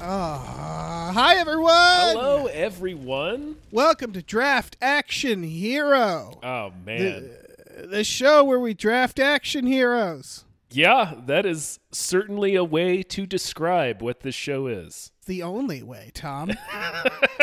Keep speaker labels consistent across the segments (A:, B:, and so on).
A: Uh, hi, everyone.
B: Hello everyone.
A: Welcome to Draft Action Hero,
B: Oh man.
A: the, the show where we draft action heroes.
B: yeah, that is certainly a way to describe what this show is.
A: It's the only way, Tom.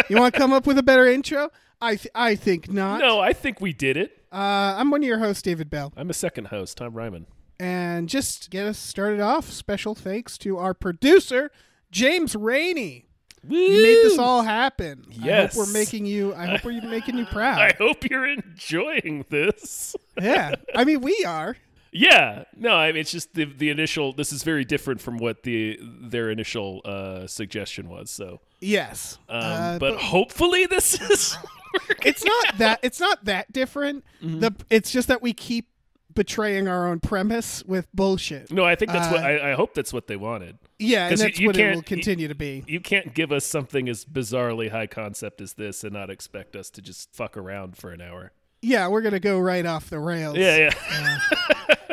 A: you want to come up with a better intro? I th- I think not.
B: No, I think we did it.
A: Uh, I'm one of your hosts, David Bell,
B: I'm a second host, Tom Ryman.
A: and just to get us started off. Special thanks to our producer, James Rainey. You made this all happen.
B: Yes.
A: I hope we're making you. I hope we're making you
B: I
A: proud.
B: hope you're enjoying this.
A: yeah. I mean, we are.
B: Yeah, no, I mean it's just the the initial. This is very different from what the their initial uh, suggestion was. So,
A: Yes.
B: um,
A: Uh,
B: but, hopefully this is. working.
A: it's not that it's not that different.
B: Mm-hmm.
A: The it's just that we keep betraying our own premise with bullshit.
B: no, I think that's what
A: Uh,
B: I, I hope that's what they wanted.
A: yeah, and
B: 'cause you-
A: that's
B: you
A: what it
B: can't-
A: will continue to be.
B: You can't give us something as bizarrely high concept as this and not expect us to just fuck around for an hour.
A: Yeah, we're gonna go right off the rails.
B: Yeah,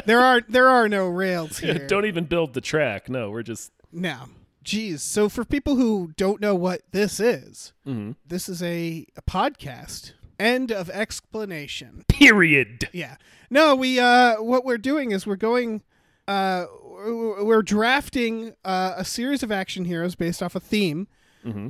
A: There are there are no rails
B: yeah.
A: here.
B: Don't even build the track. No, we're just
A: now. Geez. So for people who don't know what this is,
B: Mm-hmm.
A: this is a, a podcast. End of explanation.
B: period.
A: Yeah. No, we uh what we're doing is we're going uh we're we're drafting uh, a series of action heroes based off a theme.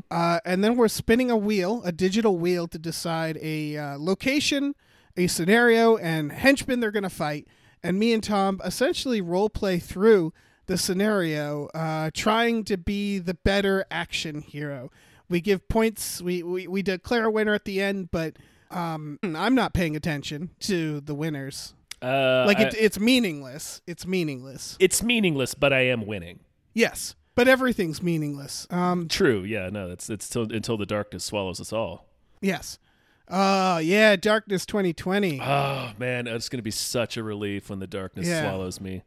A: Uh, and then we're spinning a wheel, a digital wheel, to decide a uh, location, a scenario, and henchmen they're going to fight. And me and Tom essentially role play through the scenario, uh, trying to be the better action hero. We give points, we, we, we declare a winner at the end, but um, I'm not paying attention to the winners.
B: Uh,
A: Like,
B: I-
A: it, it's meaningless. It's meaningless.
B: it's meaningless, but I am winning.
A: Yes. But everything's meaningless. Um,
B: True. Yeah. No. That's it's till, until the darkness swallows us all.
A: yes. Uh, yeah, Darkness 2020.
B: Oh man, it's gonna be such a relief when the darkness
A: Yeah.
B: swallows me.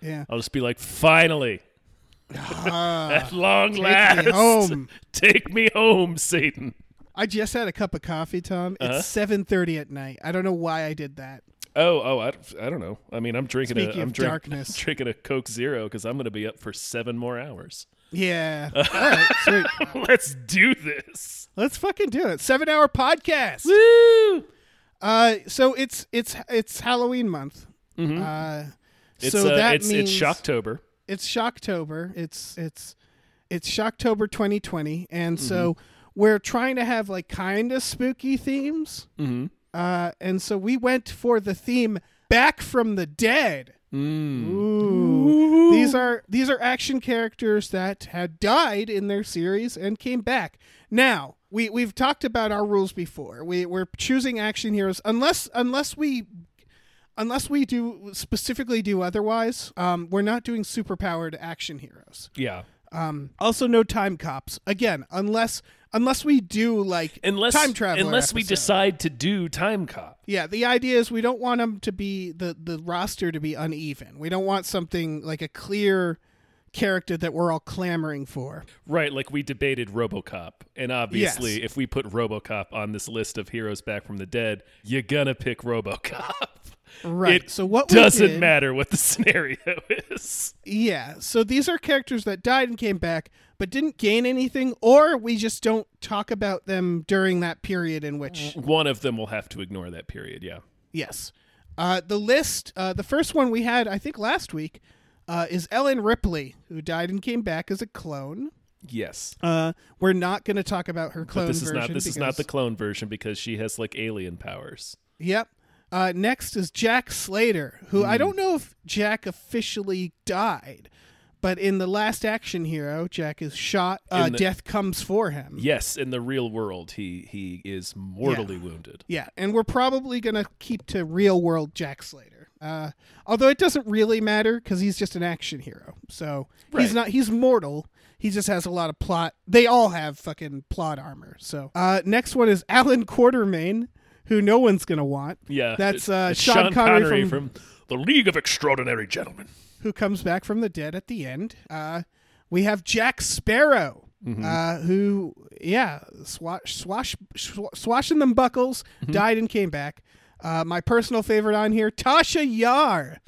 A: yeah.
B: I'll just be like, finally, at long last,
A: Ah, me home.
B: take me home, Satan.
A: I just had a cup of coffee, Tom.
B: Uh-huh.
A: It's seven thirty at night. I don't know why I did that.
B: Oh, oh, I, I don't know. I mean, I'm drinking
A: Speaking
B: a, I'm
A: of
B: drink-
A: darkness.
B: I'm drinking a Coke Zero because I'm gonna be up for seven more hours.
A: Yeah. All
B: Uh-huh.
A: right, sweet.
B: Let's do this.
A: Let's fucking do it. Seven hour podcast.
B: Woo!
A: Uh, so it's it's it's Halloween month. Uh,
B: Mm-hmm. It's,
A: so
B: uh,
A: that
B: it's,
A: means
B: it's Shocktober.
A: It's Shocktober. It's it's it's Shocktober 2020, and so we're trying to have like kind of spooky themes. Mm-hmm. Uh, and so we went for the theme "Back from the Dead." Mm. Ooh. These are these are action characters that had died in their series and came back. Now we we've talked about our rules before. We we're choosing action heroes unless unless we unless we do specifically do otherwise. Um, we're not doing superpowered action heroes. Um,
B: Yeah.
A: Also, no time cops. Again, unless unless we do like
B: Unless
A: time travel.
B: Unless we decide to do Time Cop.
A: Yeah, the idea is we don't want them to be the the roster to be uneven. We don't want something like a clear character that we're all clamoring for.
B: Right, like we debated RoboCop, and obviously, if we put RoboCop on this list of heroes back from the dead, you're gonna pick RoboCop.
A: Right.
B: It
A: so what we
B: doesn't
A: did-
B: matter what the scenario is.
A: Yeah. So these are characters that died and came back but didn't gain anything or we just don't talk about them during that period in which
B: One of them will have to ignore that period. Yeah.
A: Yes. Uh, the list, uh, the first one we had, I think, last week, uh, is Ellen Ripley, who died and came back as a clone.
B: Yes.
A: Uh, we're not going to talk about her clone
B: This is
A: version.
B: not. This is not the
A: because-
B: clone version because she has like alien powers.
A: Yep. Uh,
B: Hmm.
A: next is Jack Slater, who I don't know if Jack officially died, But in the last action hero, Jack is shot. Uh,
B: In the-
A: death comes for him.
B: Yes, in the real world, he he is mortally wounded.
A: Yeah, and we're probably going to keep to real world Jack Slater. Uh, although it doesn't really matter because he's just an action hero, so
B: Right.
A: he's not he's mortal. He just has a lot of plot. They all have fucking plot armor. So uh, next one is Alan Quartermain, who no one's gonna want.
B: Yeah,
A: that's
B: it-
A: uh,
B: it's
A: Sean, Connery, from,
B: the League of Extraordinary Gentlemen.
A: who comes back from the dead at the end. Uh, we have Jack Sparrow,
B: Mm-hmm.
A: uh, who, yeah, swash, swash, sw- swashing them buckles,
B: Mm-hmm.
A: died and came back. Uh, my personal favorite on here, Tasha Yar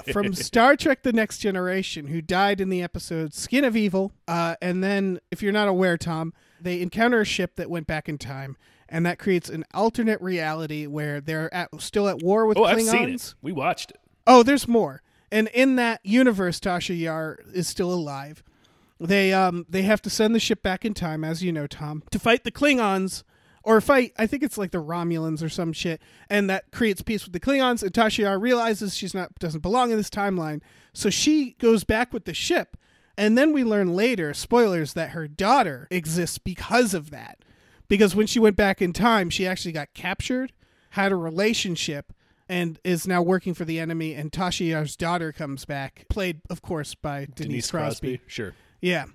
A: from Star Trek The Next Generation, who died in the episode Skin of Evil. Uh, and then, if you're not aware, Tom, they encounter a ship that went back in time. And that creates an alternate reality where they're at, still at war with
B: Oh, I've
A: Klingons.
B: seen it. We watched it.
A: Oh, there's more. And in that universe, Tasha Yar is still alive. They um they have to send the ship back in time, as you know, Tom, to fight the Klingons, or fight. I think it's like the Romulans or some shit, and that creates peace with the Klingons. And Tasha Yar realizes she's not doesn't belong in this timeline, so she goes back with the ship. And then we learn later, spoilers, that her daughter exists because of that. Because when she went back in time, she actually got captured, had a relationship, and is now working for the enemy. And Tasha Yar's daughter comes back, played, of course, by Denise, Crosby.
B: Sure.
A: Yeah.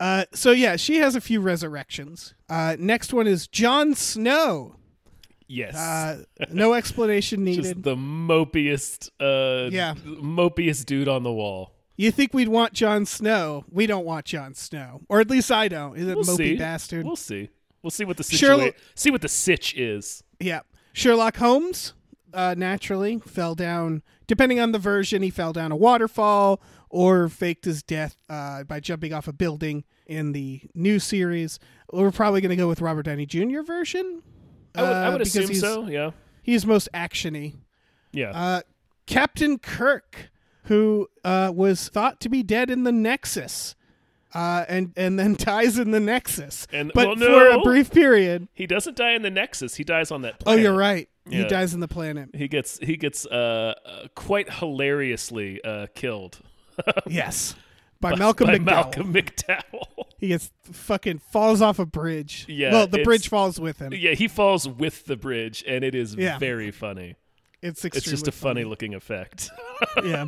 A: Uh, so, yeah, she has a few resurrections. Uh, next one is Jon Snow.
B: Yes.
A: Uh, no explanation
B: Just
A: needed.
B: the mopiest, uh,
A: Yeah.
B: mopiest dude on the wall.
A: You think we'd want Jon Snow? We don't want Jon Snow, or at least I don't. Is it
B: We'll
A: mopey
B: see.
A: bastard?
B: We'll see. We'll see what the
A: Sherlock-
B: situation. See what the sitch is.
A: Yeah. Sherlock Holmes, uh, naturally, fell down, depending on the version, he fell down a waterfall or faked his death uh, by jumping off a building in the new series. We're probably going to go with Robert Downey Jr. version.
B: I would, I
A: uh,
B: would
A: because
B: assume
A: he's-
B: so. Yeah.
A: He's most actiony.
B: Yeah.
A: Uh, Captain Kirk, who uh, was thought to be dead in the Nexus, uh, and and then dies in the Nexus,
B: And-
A: but
B: well,
A: for
B: no.
A: a brief period.
B: he doesn't die in the Nexus. He dies on that.
A: Oh,
B: Planet.
A: you're right.
B: Yeah.
A: He dies in the planet.
B: He gets he gets uh, uh quite hilariously uh killed
A: Yes. By Malcolm
B: by
A: McDowell.
B: Malcolm McDowell.
A: He gets fucking falls off a bridge.
B: Yeah,
A: Well, the
B: it's-
A: bridge falls with him.
B: yeah, he falls with the bridge, and it is
A: Yeah.
B: very funny.
A: It's
B: It's
A: extremely
B: just a funny looking effect.
A: funny. yeah.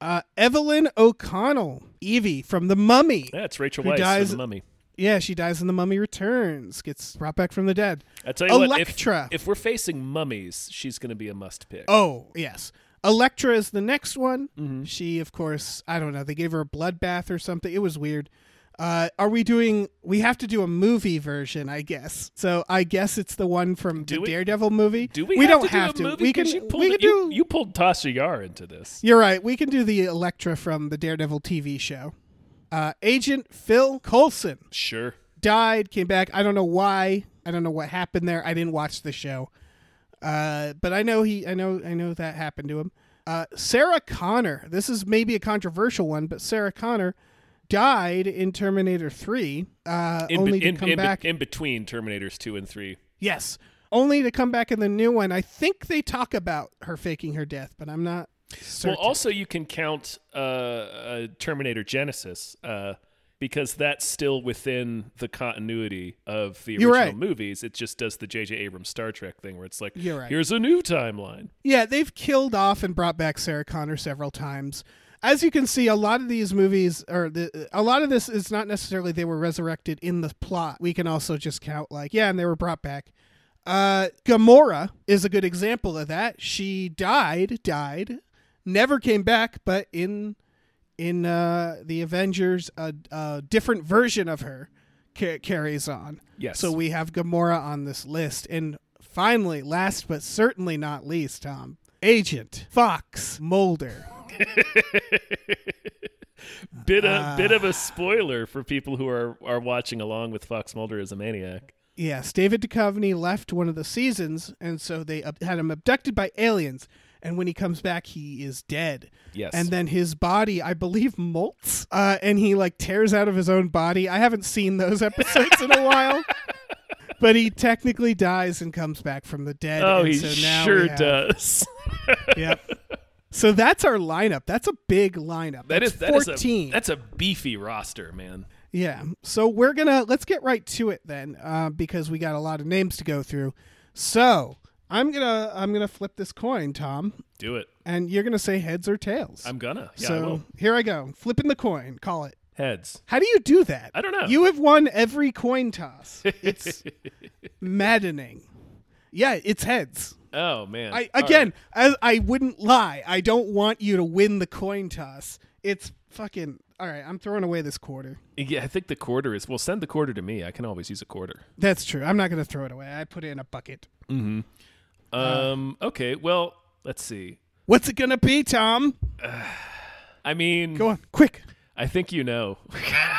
A: Uh, Evelyn O'Connell, Evie from The Mummy.
B: That's Rachel
A: Who
B: Weisz
A: dies-
B: from the Mummy.
A: Yeah, she dies in The Mummy Returns. Gets brought back from the dead.
B: I tell you
A: Electra.
B: what, if, if we're facing mummies, she's going to be a must pick.
A: Oh yes, Electra is the next one.
B: Mm-hmm.
A: She, of course, I don't know. They gave her a bloodbath or something. It was weird. Uh, are we doing? We have to do a movie version, I guess. So I guess it's the one from the
B: we-
A: Daredevil movie.
B: do we?
A: We
B: have
A: don't
B: to do
A: have
B: a
A: to.
B: Movie?
A: We
B: 'Cause
A: can.
B: You pulled,
A: we can
B: you,
A: do.
B: you pulled Tasha Yar into this.
A: You're right. We can do the Electra from the Daredevil TV show. Uh, Agent Phil Coulson
B: Sure.
A: died, came back. I don't know why. I don't know what happened there. I didn't watch the show. Uh, but I know he I know I know that happened to him. Uh, Sarah Connor. This is maybe a controversial one, but Sarah Connor died in Terminator 3 uh,
B: In,
A: only
B: be-
A: to
B: in,
A: come
B: in be-
A: back.
B: in between Terminators 2 and 3.
A: yes. Only to come back in the new one. I think they talk about her faking her death, but I'm not certain.
B: Well, also, you can count uh, uh, Terminator Genesis uh, because that's still within the continuity of the
A: You're
B: original
A: right.
B: movies. It just does the J.J. Abrams Star Trek thing where it's like,
A: You're right.
B: here's a new timeline.
A: Yeah, they've killed off and brought back Sarah Connor several times. As you can see, a lot of these movies, or the, a lot of this is not necessarily they were resurrected in the plot. We can also just count like, yeah, and they were brought back. Uh, Gamora is a good example of that. She died, died, never came back, but in in uh, the Avengers, a, a different version of her ca- carries on.
B: Yes.
A: So we have Gamora on this list, and finally, last but certainly not least, Tom Agent Fox Mulder.
B: Bit a bit
A: Ah.
B: of a spoiler for people who are, are watching along with Fox Mulder as a maniac.
A: Yes, David Duchovny left one of the seasons, and so they ab- had him abducted by aliens. And when he comes back, he is dead.
B: Yes.
A: And then his body, I believe, molts, uh, and he like tears out of his own body. I haven't seen those episodes in a while, but he technically dies and comes back from the dead.
B: Oh,
A: and
B: he
A: so now
B: sure
A: we have-
B: does.
A: Yep. So that's our lineup. That's a big lineup.
B: That
A: that's
B: is that is
A: 14.
B: a, that's a beefy roster, man.
A: Yeah. So we're gonna let's get right to it then, uh, because we got a lot of names to go through. So I'm gonna I'm gonna flip this coin, Tom,
B: Do it.
A: and you're gonna say heads or tails.
B: I'm gonna. Yeah, I
A: so
B: will.
A: here I go, flipping the coin. Call it.
B: Heads.
A: How do you do that?
B: I don't know.
A: You have won every coin toss. It's maddening. Yeah, it's heads.
B: Oh man.
A: I
B: All
A: again,
B: right.
A: as I wouldn't lie. I don't want you to win the coin toss. It's fucking all right. I'm throwing away this quarter.
B: Yeah, I think the quarter is. Well, send the quarter to me. I can always use a quarter.
A: That's true. I'm not going to throw it away. I put it in a bucket. Uh,
B: Um. Okay. Well, let's see.
A: What's it going to be, Tom?
B: I mean,
A: Go on, quick.
B: I think you know.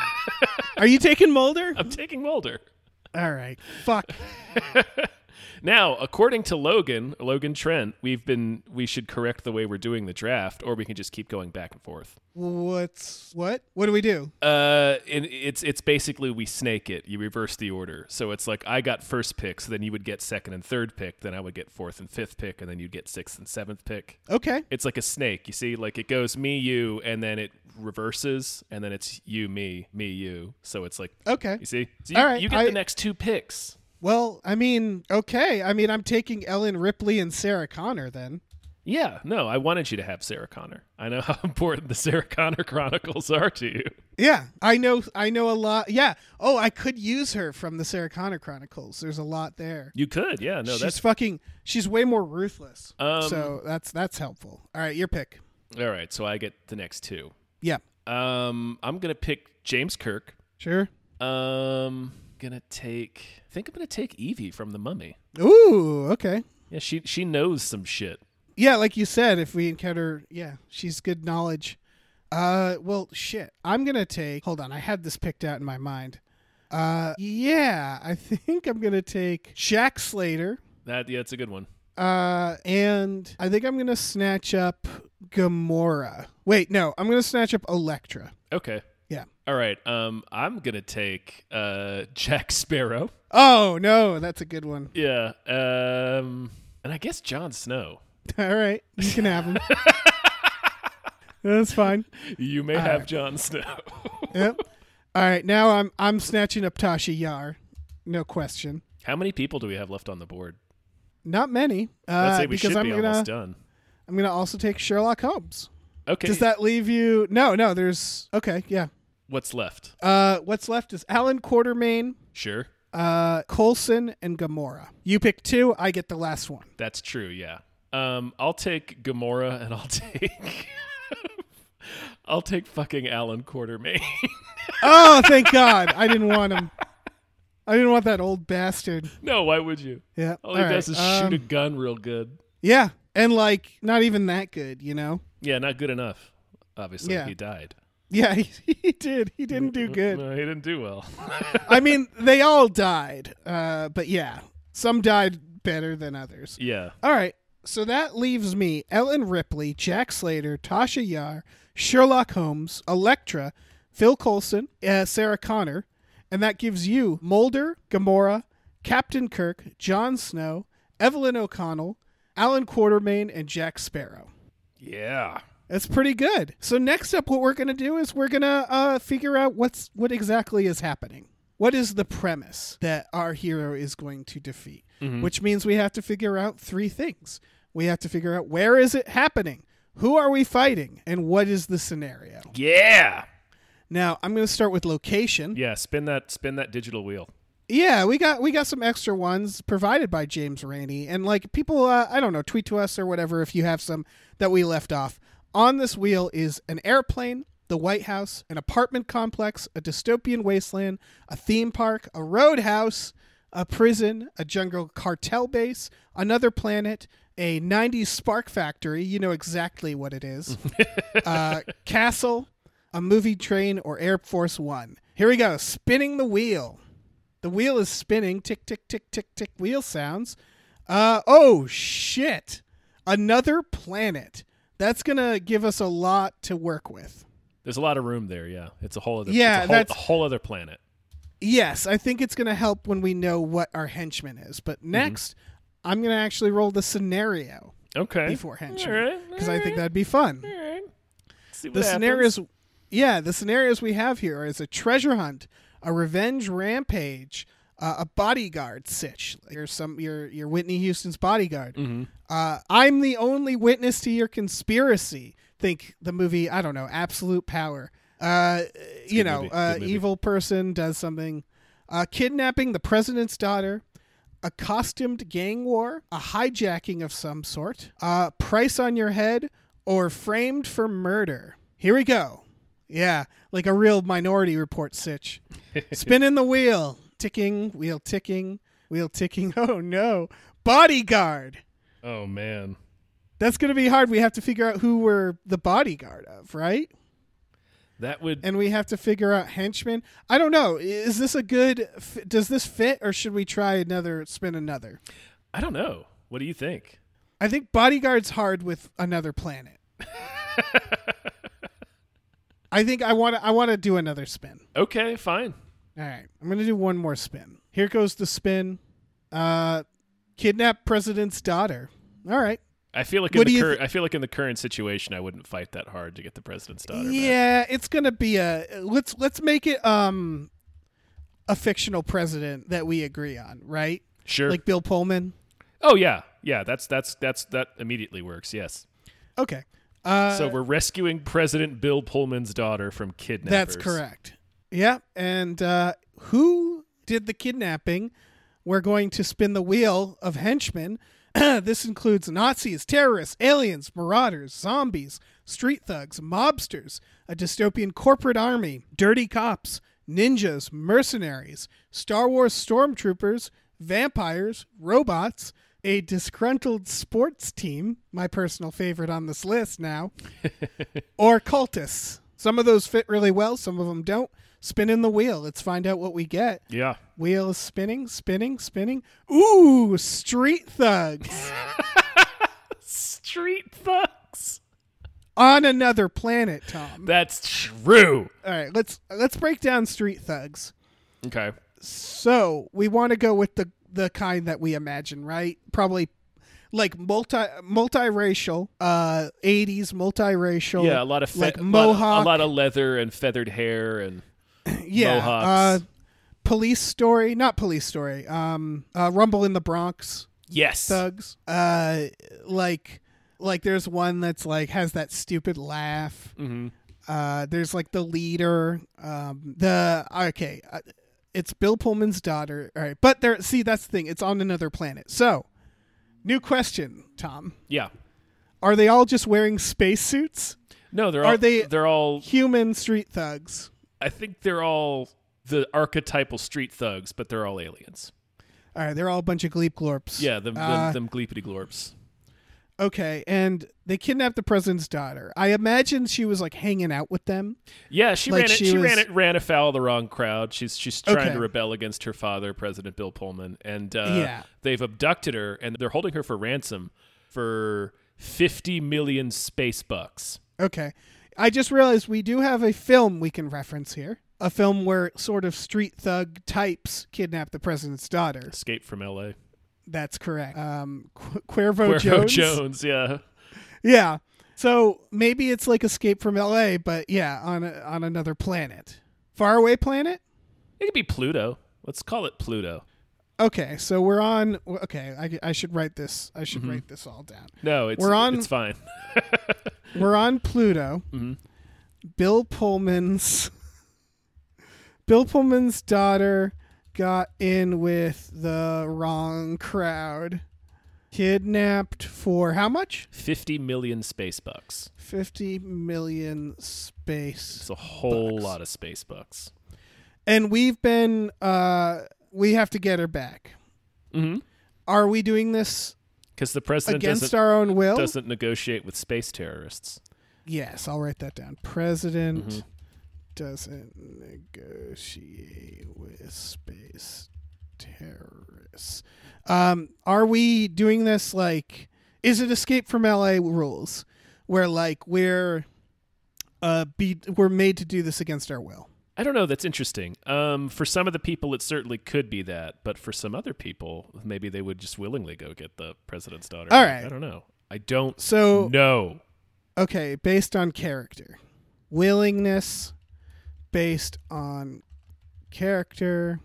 A: Are you taking Mulder?
B: I'm taking Mulder.
A: All right. Fuck.
B: Now, according to Logan, Logan Trent, we've been we should correct the way we're doing the draft, or we can just keep going back and forth.
A: What's what? What do we do?
B: Uh, and it's it's basically we snake it. You reverse the order, so it's like I got first pick, so then you would get second and third pick, then I would get fourth and fifth pick, and then you'd get sixth and seventh pick.
A: Okay.
B: It's like a snake, you see, like it goes me you, and then it reverses, and then it's you me me you. So it's like
A: Okay.
B: you see, so you,
A: All right,
B: you get
A: I-
B: the next two picks.
A: Well, I mean, okay. I mean, I'm taking Ellen Ripley and Sarah Connor then.
B: Yeah, no, I wanted you to have Sarah Connor. I know how important the Sarah Connor Chronicles are to you.
A: Yeah, I know. I know a lot. Yeah. Oh, I could use her from the Sarah Connor Chronicles. There's a lot there.
B: You could, yeah, no,
A: she's
B: that's
A: fucking. She's way more ruthless.
B: Um,
A: so that's that's helpful. All right, your pick.
B: all right. So I get the next two.
A: Yeah.
B: Um, I'm gonna pick James Kirk.
A: Sure.
B: Um, gonna take. I think I'm gonna take Evie from the Mummy.
A: Ooh. Okay.
B: Yeah, she she knows some shit.
A: Yeah, like you said, if we encounter, yeah, she's good knowledge. Uh, well, shit. I'm gonna take. Hold on, I had this picked out in my mind. Uh, yeah, I think I'm gonna take Jack Slater.
B: That yeah, it's a good one.
A: Uh, and I think I'm gonna snatch up Gamora. Wait, no, I'm gonna snatch up Elektra.
B: Okay.
A: Yeah.
B: All right. Um, I'm gonna take uh Jack Sparrow.
A: Oh no, that's a good one.
B: Yeah. Um, and I guess Jon Snow.
A: All right, you can have him. that's fine.
B: You may
A: Uh,
B: have Jon Snow.
A: Yep. All right, now I'm I'm snatching up Tasha Yar. No question.
B: How many people do we have left on the board?
A: Not many.
B: I'd
A: Uh,
B: say we
A: because
B: should
A: I'm
B: be
A: gonna,
B: almost done.
A: I'm gonna also take Sherlock Holmes.
B: Okay.
A: Does that leave you? No, no. There's okay, yeah.
B: what's left?
A: Uh, what's left is Alan Quartermain,
B: Sure.
A: uh, Colson, and Gamora. You pick two. I get the last one.
B: That's true, yeah. Um, I'll take Gamora and I'll take I'll take fucking Alan Quartermain.
A: Oh, thank God! I didn't want him. I didn't want that old bastard.
B: no, why would you?
A: Yeah.
B: All he
A: All
B: does
A: right,
B: is shoot a
A: um,
B: gun real good.
A: Yeah, and like not even that good, you know.
B: Yeah, not good enough. Obviously,
A: Yeah.
B: he died.
A: Yeah, he, he did. He didn't do good.
B: No, he didn't do well.
A: I mean, they all died. Uh, but yeah, some died better than others.
B: yeah.
A: All right. So that leaves me Ellen Ripley, Jack Slater, Tasha Yar, Sherlock Holmes, Elektra, Phil Coulson, uh, Sarah Connor, and that gives you Mulder, Gamora, Captain Kirk, Jon Snow, Evelyn O'Connell, Alan Quartermain, and Jack Sparrow.
B: Yeah.
A: That's pretty good. So next up, what we're gonna do is we're gonna uh, figure out what's what exactly is happening. What is the premise that our hero is going to defeat? Which means we have to figure out three things. We have to figure out where is it happening, who are we fighting, and what is the scenario.
B: Yeah.
A: Now I'm gonna start with location.
B: Yeah, spin that spin that digital wheel.
A: Yeah, we got we got some extra ones provided by James Rainey, and like people, uh, I don't know, tweet to us or whatever if you have some that we left off. On this wheel is an airplane, the White House, an apartment complex, a dystopian wasteland, a theme park, a roadhouse, a prison, a jungle cartel base, another planet, a '90s spark factory. You know exactly what it is. uh, castle, a movie train, or Air Force One. Here we go, spinning the wheel. The wheel is spinning. Tick, tick, tick, tick, tick. Wheel sounds. Uh, oh, shit. Another planet. That's going to give us a lot to work with.
B: There's a lot of room there, yeah. It's a whole other it's
A: Yeah,
B: a whole,
A: that's-
B: a whole other planet.
A: Yes, I think it's going to
B: Mm-hmm.
A: help when we know what our henchman is. But next, I'm going to actually roll the scenario.
B: Okay.
A: beforehand
B: All right.
A: because I think that'd be fun.
B: All right. See what
A: the
B: happens.
A: scenarios yeah the scenarios we have here is a treasure hunt a revenge rampage uh, a bodyguard sitch you're some you're, you're whitney houston's bodyguard
B: Mm-hmm.
A: uh, i'm the only witness to your conspiracy think the movie i don't know absolute power uh, you know
C: movie,
A: uh,
C: good movie.
A: evil person does something uh, kidnapping the president's daughter a costumed gang war, a hijacking of some sort, uh, price on your head, or framed for murder. Here we go. Yeah, like a real minority report sitch. Spinning the wheel, ticking, wheel ticking, wheel ticking. Oh no. Bodyguard.
B: Oh man.
A: That's going to be hard. We have to figure out who we're the bodyguard of, right?
B: That would
A: And we have to figure out henchmen. I don't know. Is this a good f- does this fit or should we try another spin another?
B: I don't know. What do you think?
A: I think bodyguard's hard with another planet. I think I want to I want to do another spin.
B: Okay, fine.
A: All right. I'm going to do one more spin. Here goes the spin. Uh kidnap president's daughter. All right.
B: I feel like
A: What
B: in
A: do
B: the
A: you
B: cur-
A: thi-
B: I feel like in the current situation I wouldn't fight that hard to get the president's daughter. back.
A: Yeah, it's going to be a let's let's make it um a fictional president that we agree on, right?
B: Sure.
A: Like Bill Pullman.
B: oh yeah. Yeah, that's that's that's that immediately works. Yes.
A: Okay. Uh
B: so we're rescuing President Bill Pullman's daughter from kidnappers.
A: That's correct. Yeah. And uh, who did the kidnapping? We're going to spin the wheel of henchmen. this includes Nazis, terrorists, aliens, marauders, zombies, street thugs, mobsters, a dystopian corporate army, dirty cops, ninjas, mercenaries, Star Wars stormtroopers, vampires, robots, a disgruntled sports team, my personal favorite on this list now or cultists. Some of those fit really well, some of them don't. Spin in the wheel. Let's find out what we get.
B: Yeah.
A: Wheel is spinning, spinning, spinning. Ooh, street thugs
B: Street thugs.
A: on another planet, Tom.
B: That's true.
A: All right, let's let's break down street thugs.
B: Okay.
A: So, we want to go with the the kind that we imagine, right? Probably like multi multiracial, uh 80s multiracial.
B: Yeah, a lot of fe-
A: like
B: a lot of-
A: mohawk,
B: a lot of leather and feathered hair and
A: yeah,
B: mohawks.
A: Uh, police story, not police story. Um, uh, Rumble in the Bronx
B: yes.
A: thugs. Uh, like, like there's one that's like has that stupid laugh. Uh, there's like the leader. Um, the okay, uh, it's Bill Pullman's daughter. All right, but there. See, that's the thing. It's on another planet. So, new question, Tom.
B: yeah.
A: Are they all just wearing spacesuits?
B: No, they're
A: Are
B: all,
A: they-
B: they're all
A: Human street thugs.
B: I think they're all the archetypal street thugs, but they're all aliens.
A: All right, they're all a bunch of gleep glorps.
B: Yeah, them, them,
A: Uh,
B: them gleepity glorps.
A: Okay, and they kidnapped the president's daughter. I imagine she was like hanging out with them.
B: Yeah, she
A: like
B: ran it,
A: she
B: she
A: was-
B: ran it, ran afoul of the wrong crowd. She's she's trying
A: Okay.
B: to rebel against her father, President Bill Pullman, and uh,
A: Yeah.
B: they've abducted her and they're holding her for ransom for fifty million space bucks.
A: Okay. I just realized we do have a film we can reference here. A film where sort of street thug types kidnap the president's daughter.
B: Escape from L.A.
A: That's correct. Um, Qu- Cuervo,
B: Cuervo
A: Jones.
B: Jones. yeah,
A: Yeah. So maybe it's like Escape from L.A., but yeah, on a, on another planet, faraway planet.
B: it could be Pluto. Let's call it Pluto.
A: Okay, so we're on. Okay, I, I should write this. I should write this all down.
B: No, it's
A: We're on-
B: It's fine.
A: We're on Pluto. Bill Pullman's Bill Pullman's daughter got in with the wrong crowd. Kidnapped for how much?
B: Fifty million space bucks.
A: 50 million space.
B: It's a whole lot of space bucks.
A: And we've been uh we have to get her back.
B: Mhm.
A: Are we doing this
B: Because the president
A: against
B: doesn't,
A: our own will?
B: doesn't negotiate with space terrorists.
A: Yes, I'll write that down. President doesn't negotiate with space terrorists. Um, are we doing this like? Is it Escape from LA rules, where like we're uh be we're made to do this against our will?
B: I don't know. That's interesting. Um, for some of the people, it certainly could be that, but for some other people, maybe they would just willingly go get the president's daughter.
A: All right.
B: I don't know. I don't
A: So
B: know.
A: okay, based on character, willingness, based on character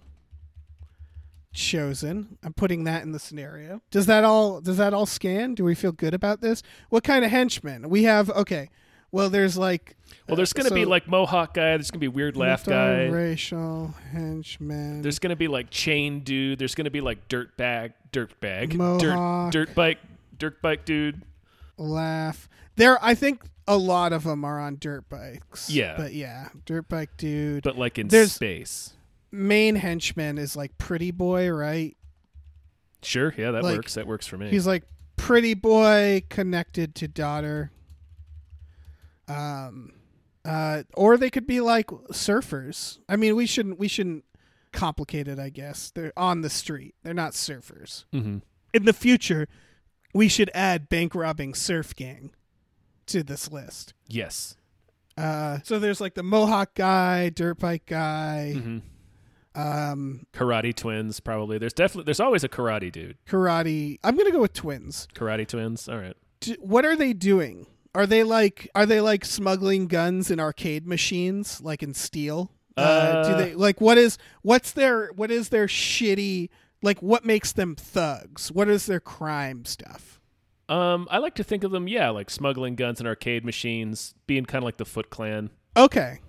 A: chosen. I'm putting that in the scenario. Does that all does that all scan? Do we feel good about this? What kind of henchmen we have? Okay, well, there's like
B: Well, there's going to be
A: so-
B: like Mohawk guy. There's going to be weird laugh guy.
A: racial henchmen.
B: There's going to be like chain dude. There's going to be like dirt bag, dirt bag, dirt,
A: Mohawk.
B: dirt bike, dirt bike dude.
A: laugh. There, I think a lot of them are on dirt bikes.
B: Yeah.
A: but yeah, dirt bike dude.
B: But like in
A: There's-
B: space.
A: main henchman is like pretty boy, right?
B: Sure, yeah, that
A: Like,
B: works. That works for me.
A: He's like pretty boy connected to daughter. Um uh or they could be like surfers. I mean, we shouldn't we shouldn't complicate it, I guess. They're on the street. They're not surfers.
B: Mhm.
A: In the future, we should add bank robbing surf gang to this list.
B: yes.
A: Uh so there's like the Mohawk guy, dirt bike guy, um
B: Karate twins, probably. There's definitely there's always a karate dude.
A: karate. I'm going to go with twins.
B: Karate twins. All right.
A: d- what are they doing? Are they like are they like smuggling guns in arcade machines like in steel? Uh,
B: Uh,
A: do they like what is what's their what is their shitty like what makes them thugs? What is their crime stuff?
B: Um, I like to think of them, yeah, like smuggling guns and arcade machines, being kind of like the Foot Clan,
A: Okay.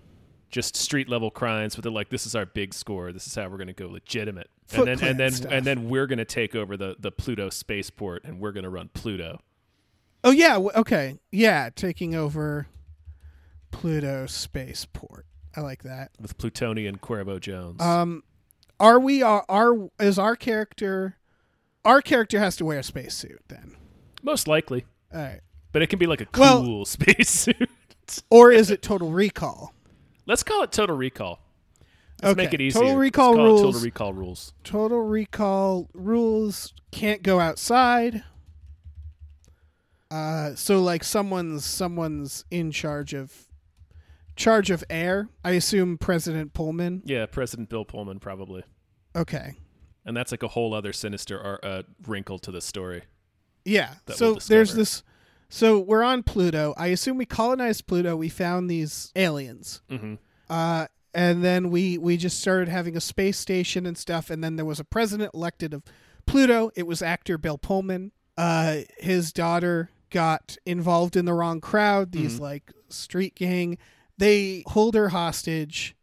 B: just street level crimes. But they're like, this is our big score. This is how we're gonna go legitimate.
A: Foot
B: and then
A: Clan
B: and then
A: stuff.
B: and then we're gonna take over the the Pluto spaceport and we're gonna run Pluto.
A: Oh yeah, w- okay. Yeah, taking over Pluto spaceport. I like that.
B: with Plutonian Cuervo Jones.
A: Um are we are, are is our character our character has to wear a spacesuit then.
B: Most likely.
A: All right.
B: But it can be like a
A: Well-
B: cool space suit.
A: Or is it total recall?
B: Let's call it Total Recall. Let's make it easier.
A: Total
B: Let's
A: Recall
B: call it
A: rules.
B: Total Recall rules.
A: Total Recall rules can't go outside. Uh, so like someone's someone's in charge of charge of air. I assume President Pullman.
B: Yeah, President Bill Pullman probably.
A: Okay.
B: And that's like a whole other sinister ar- uh, wrinkle to the story.
A: Yeah.
B: That
A: so
B: we'll
A: there's
B: discover.
A: this. So we're on Pluto. I assume we colonized Pluto. We found these aliens. Mm-hmm. Uh, and then we we just started having a space station and stuff. And then there was a president elected of Pluto. It was actor Bill Pullman. Uh, his daughter got involved in the wrong crowd.
B: Mm-hmm.
A: These like street gang. They hold her hostage.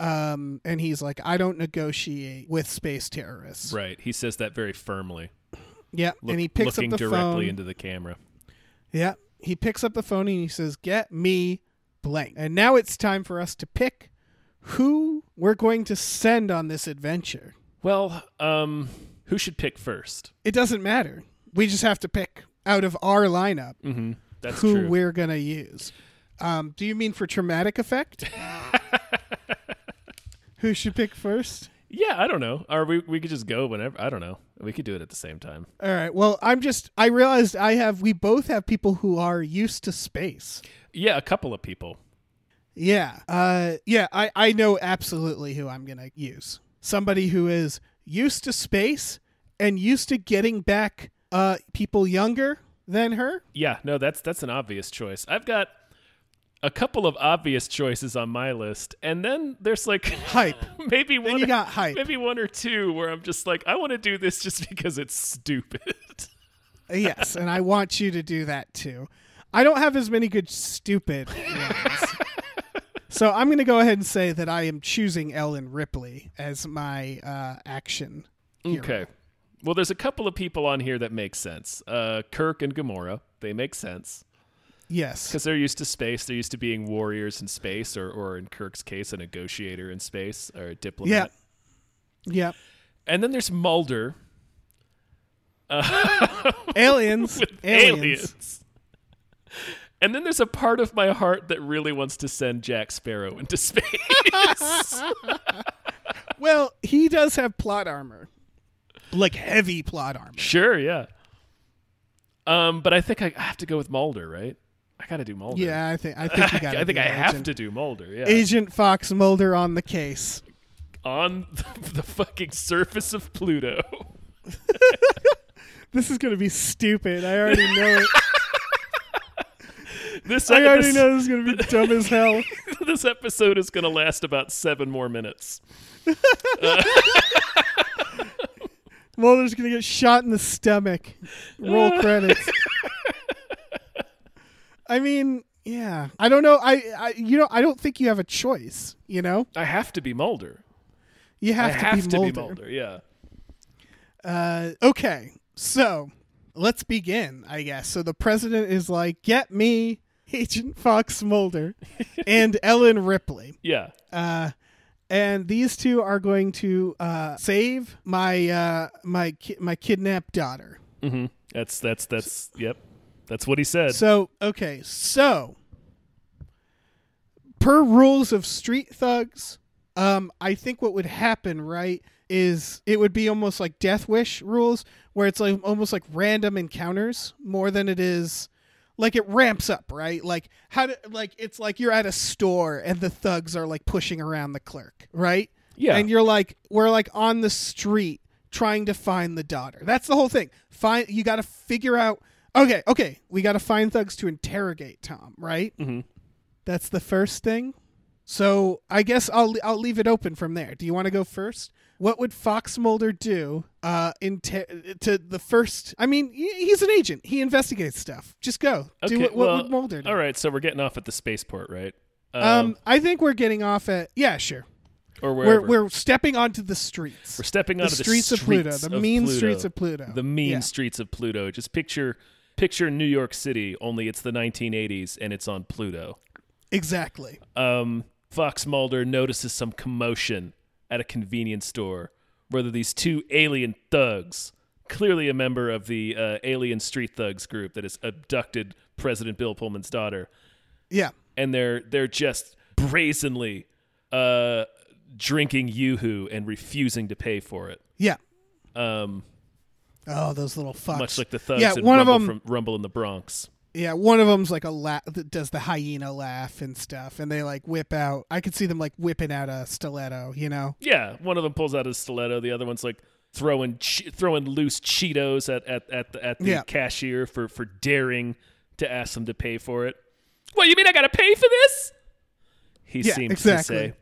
A: Um, and he's like, I don't negotiate with space terrorists.
B: Right. He says that very firmly.
A: Yeah.
B: Look-
A: and he picks up
B: looking
A: the
B: directly
A: phone.
B: into the camera.
A: Yeah. He picks up the phone and he says, Get me blank. And now it's time for us to pick who we're going to send on this adventure.
B: Well, um, who should pick first?
A: It doesn't matter. We just have to pick out of our lineup
B: Mm-hmm. That's
A: who
B: true.
A: we're going to use. Um, do you mean for traumatic effect? who should pick first?
B: yeah, I don't know. Or we, we could just go whenever. I don't know. We could do it at the same time.
A: All right. Well, I'm just, I realized I have, we both have people who are used to space.
B: Yeah, a couple of people.
A: Yeah. Uh yeah, I I know absolutely who I'm going to use. Somebody who is used to space and used to getting back uh people younger than her.
B: Yeah, no, that's that's an obvious choice. I've got a couple of obvious choices on my list, and then there's like
A: Hype.
B: maybe one
A: you
B: or-
A: got hype.
B: maybe one or two where I'm just like, I want to do this just because it's stupid.
A: yes, and I want you to do that too. I don't have as many good stupid ones. So I'm going to go ahead and say that I am choosing Ellen Ripley as my uh action. hero.
B: okay. Well, there's a couple of people on here that make sense. Uh, Kirk and Gamora, they make sense
A: Yes.
B: because they're used to space. They're used to being warriors in space, or, or in Kirk's case, a negotiator in space or a diplomat.
A: Yeah. Yep.
B: And then there's Mulder,
A: Aliens.
B: aliens. And then there's a part of my heart that really wants to send Jack Sparrow into space.
A: Well, he does have plot armor. Like heavy plot armor.
B: sure, yeah. Um, but I think I I have to go with Mulder, right? I gotta do Mulder.
A: Yeah, I think I think you got
B: I think I have to do Mulder. Yeah,
A: Agent Fox Mulder on the case.
B: on the, the fucking surface of Pluto.
A: This is going to be stupid. I already know it.
B: This
A: I already
B: this-
A: know this is gonna be dumb as hell.
B: this episode is going to last about seven more minutes.
A: Mulder's gonna get shot in the stomach. Roll credits. I mean, yeah. I don't know. I, I, you know, I don't think you have a choice. You know,
B: I have to be Mulder.
A: you have,
B: I
A: to,
B: have
A: be
B: to
A: Mulder.
B: be Mulder. Yeah.
A: Uh, okay, so let's begin. I guess. So the president is like, "Get me Agent Fox Mulder and Ellen Ripley."
B: Yeah.
A: and these two are going to uh, save my uh, my ki- my kidnapped daughter.
B: That's that's that's yep. That's what he said.
A: So okay, so per rules of Street Thugs, um, I think what would happen right is it would be almost like Death Wish rules, where it's like almost like random encounters more than it is. Like it ramps up, right? Like how do like it's like you're at a store and the thugs are like pushing around the clerk, right?
B: Yeah.
A: And you're like we're like on the street trying to find the daughter. That's the whole thing. Find you got to figure out okay, okay, we got to find thugs to interrogate Tom, right? Mhm. That's the first thing. So, I guess I'll I'll leave it open from there. Do you want to go first? What would Fox Mulder do uh inter- to the first I mean, he- he's an agent. He investigates stuff. Just go.
B: okay,
A: do what, what
B: well,
A: would Mulder do?
B: All right, so we're getting off at the spaceport, right?
A: Um, I think we're getting off at yeah, sure.
B: or
A: We're
B: wherever.
A: we're stepping onto the streets.
B: We're stepping
A: the
B: onto the
A: streets of Pluto, the mean
B: Pluto.
A: streets of Pluto.
B: The mean
A: Yeah.
B: streets of Pluto. Just picture picture New York City, only it's the 1980s and it's on Pluto.
A: exactly.
B: um, Fox Mulder notices some commotion at a convenience store where these two alien thugs, clearly a member of the uh, alien street thugs group that has abducted President Bill Pullman's daughter,
A: Yeah.
B: and they're they're just brazenly uh, drinking yoo-hoo and refusing to pay for it.
A: Yeah.
B: Um,
A: Oh, those little fucks.
B: much like the thugs
A: Yeah,
B: in
A: one of
B: Rumble,
A: them.
B: from Rumble in the Bronx.
A: yeah, one of them's like a la- that does the hyena laugh and stuff, and they like whip out. I could see them like whipping out a stiletto. You know.
B: Yeah, one of them pulls out his stiletto. The other one's like throwing che- throwing loose Cheetos at at at the, at the
A: Yeah.
B: cashier for for daring to ask them to pay for it. What you mean I gotta pay for this? He
A: Yeah,
B: seems
A: exactly.
B: to say.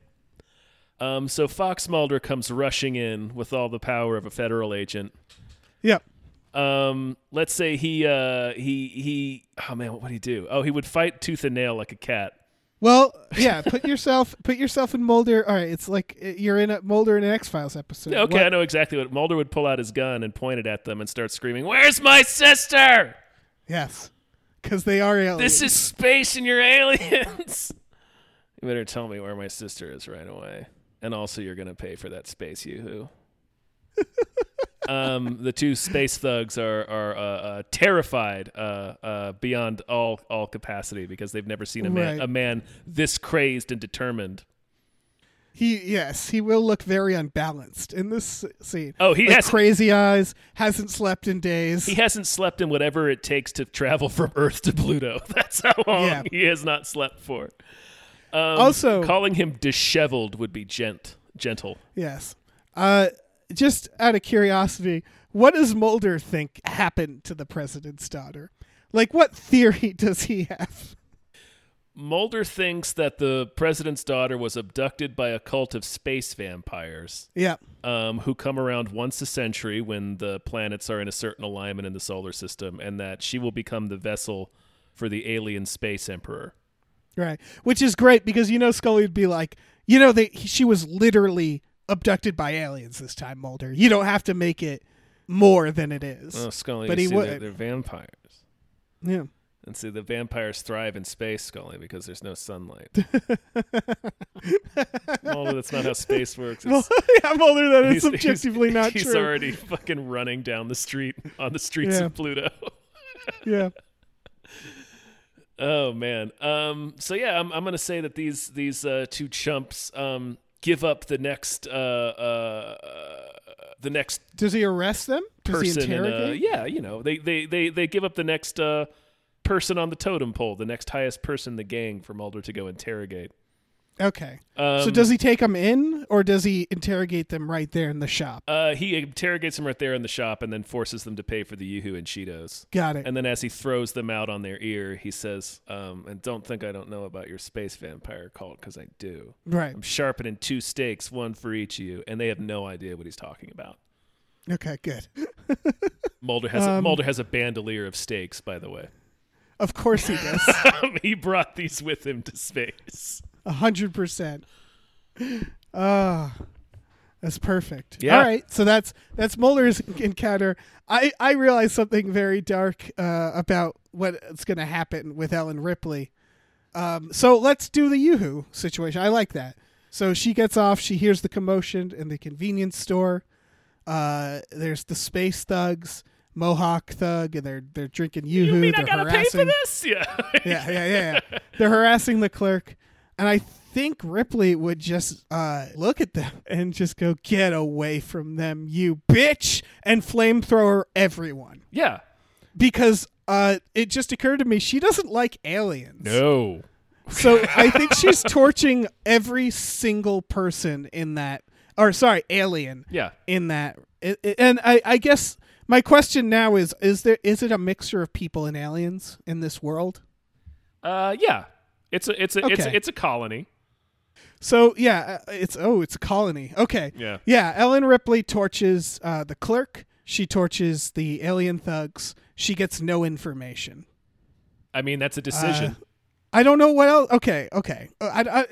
B: Um, so Fox Mulder comes rushing in with all the power of a federal agent.
A: Yeah.
B: Um, let's say he uh he he oh man, what would he do? Oh, he would fight tooth and nail like a cat.
A: Well, yeah. Put yourself, put yourself in Mulder. All right, it's like uh, you're in a Mulder in an X Files episode.
B: Okay, I
A: What-
B: know exactly what Mulder would pull out his gun and point it at them and start screaming, "Where's my sister?"
A: Yes, because they are aliens.
B: This is space and you're aliens. you better tell me where my sister is right away. And also, you're going to pay for that space yoo-hoo. um, the two space thugs are are uh, uh, terrified uh, uh, beyond all all capacity because they've never seen a man
A: Right.
B: a man this crazed and determined.
A: he. Yes, he will look very unbalanced in this s- scene.
B: Oh, he
A: Like,
B: has-
A: crazy eyes. Hasn't slept in days.
B: He hasn't slept in whatever it takes to travel from Earth to Pluto. That's how long
A: Yeah.
B: he has not slept for. Um,
A: also,
B: Calling him disheveled would be gent gentle.
A: Yes. Uh, just out of curiosity, what does Mulder think happened to the president's daughter? Like, what theory does he have?
B: Mulder thinks that the president's daughter was abducted by a cult of space vampires
A: Yeah.
B: um, who come around once a century when the planets are in a certain alignment in the solar system, and that she will become the vessel for the alien space emperor.
A: Right. Which is great because you know Scully would be like, you know, they she was literally abducted by aliens this time, Mulder. You don't have to make it more than it is.
B: Oh, Scully,
A: But
B: you
A: he
B: see, they're-
A: wouldn't.
B: they're vampires.
A: yeah.
B: And see, the vampires thrive in space, Scully, because there's no sunlight. Mulder, that's not how space works.
A: Well,
B: It's-
A: yeah, Mulder, that is
B: he's-
A: subjectively
B: he's,
A: not
B: he's
A: true.
B: already fucking running down the street on the streets
A: Yeah.
B: of Pluto.
A: Yeah.
B: Oh man. Um. So yeah, I'm I'm gonna say that these these uh, two chumps um give up the next uh uh uh, the next
A: Does he arrest them? Does he
B: person. in a-
A: interrogate?
B: yeah, you know they they they they give up the next uh person on the totem pole, the next highest person in the gang for Mulder to go interrogate.
A: Okay.
B: Um,
A: so does he take them in, or does he interrogate them right there in the shop?
B: Uh, he interrogates them right there in the shop and then forces them to pay for the yoo-hoo and Cheetos.
A: Got it.
B: And then as he throws them out on their ear, he says, um, and don't think I don't know about your space vampire cult because I do.
A: right.
B: I'm sharpening two stakes, one for each of you, and they have no idea what he's talking about.
A: Okay. Good.
B: Mulder has
A: Um,
B: a, Mulder has a bandolier of stakes, by the way. Um,
A: Of course he does.
B: he brought these with him to space.
A: A hundred percent. Ah, that's perfect.
B: Yeah.
A: All right, so that's that's Mulder's encounter. I I realized something very dark uh, about what's going to happen with Ellen Ripley. Um, so let's do the yoo-hoo situation. I like that. So she gets off. She hears the commotion in the convenience store. Uh, there's the space thugs, Mohawk thug, and they're they're drinking yoo-hoo.
B: You mean
A: they're
B: I gotta
A: harassing
B: pay for this? Yeah.
A: yeah, yeah, yeah, yeah. They're harassing the clerk, and I think Ripley would just uh, look at them and just go, "Get away from them, you bitch!" and flamethrower everyone
B: yeah.
A: because uh, it just occurred to me she doesn't like aliens. Oh.
B: No.
A: So I think she's torching every single person in that, or sorry, alien
B: Yeah.
A: in that. I- I- And I, I guess my question now is: is there is it a mixture of people and aliens in this world?
B: Uh, yeah. It's a it's a it's a,
A: Okay.
B: it's a colony.
A: So yeah, uh, it's oh, it's a colony. Okay.
B: Yeah.
A: Yeah. Ellen Ripley torches uh, the clerk. She torches the alien thugs. She gets no information.
B: I mean,
A: Uh,
B: that's a decision.
A: I don't know what else. Okay. Okay. Uh, I, I,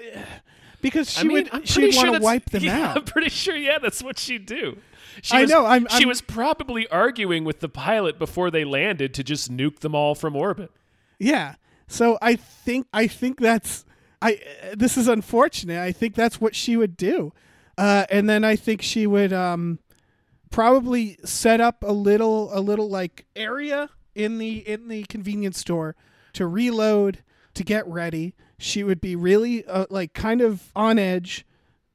A: because she
B: I mean,
A: would
B: I'm
A: she
B: pretty
A: would
B: sure
A: want
B: that's-
A: to wipe them
B: yeah, I'm
A: out.
B: pretty sure, yeah, that's what she do. She
A: I
B: was,
A: know, I'm-
B: she
A: I'm-
B: was probably arguing with the pilot before they landed to just nuke them all from orbit.
A: Yeah. So I think I think that's I. Uh, this is unfortunate. I think that's what she would do, uh, and then I think she would um, probably set up a little a little like area in the in the convenience store to reload to get ready. She would be really uh, like kind of on edge,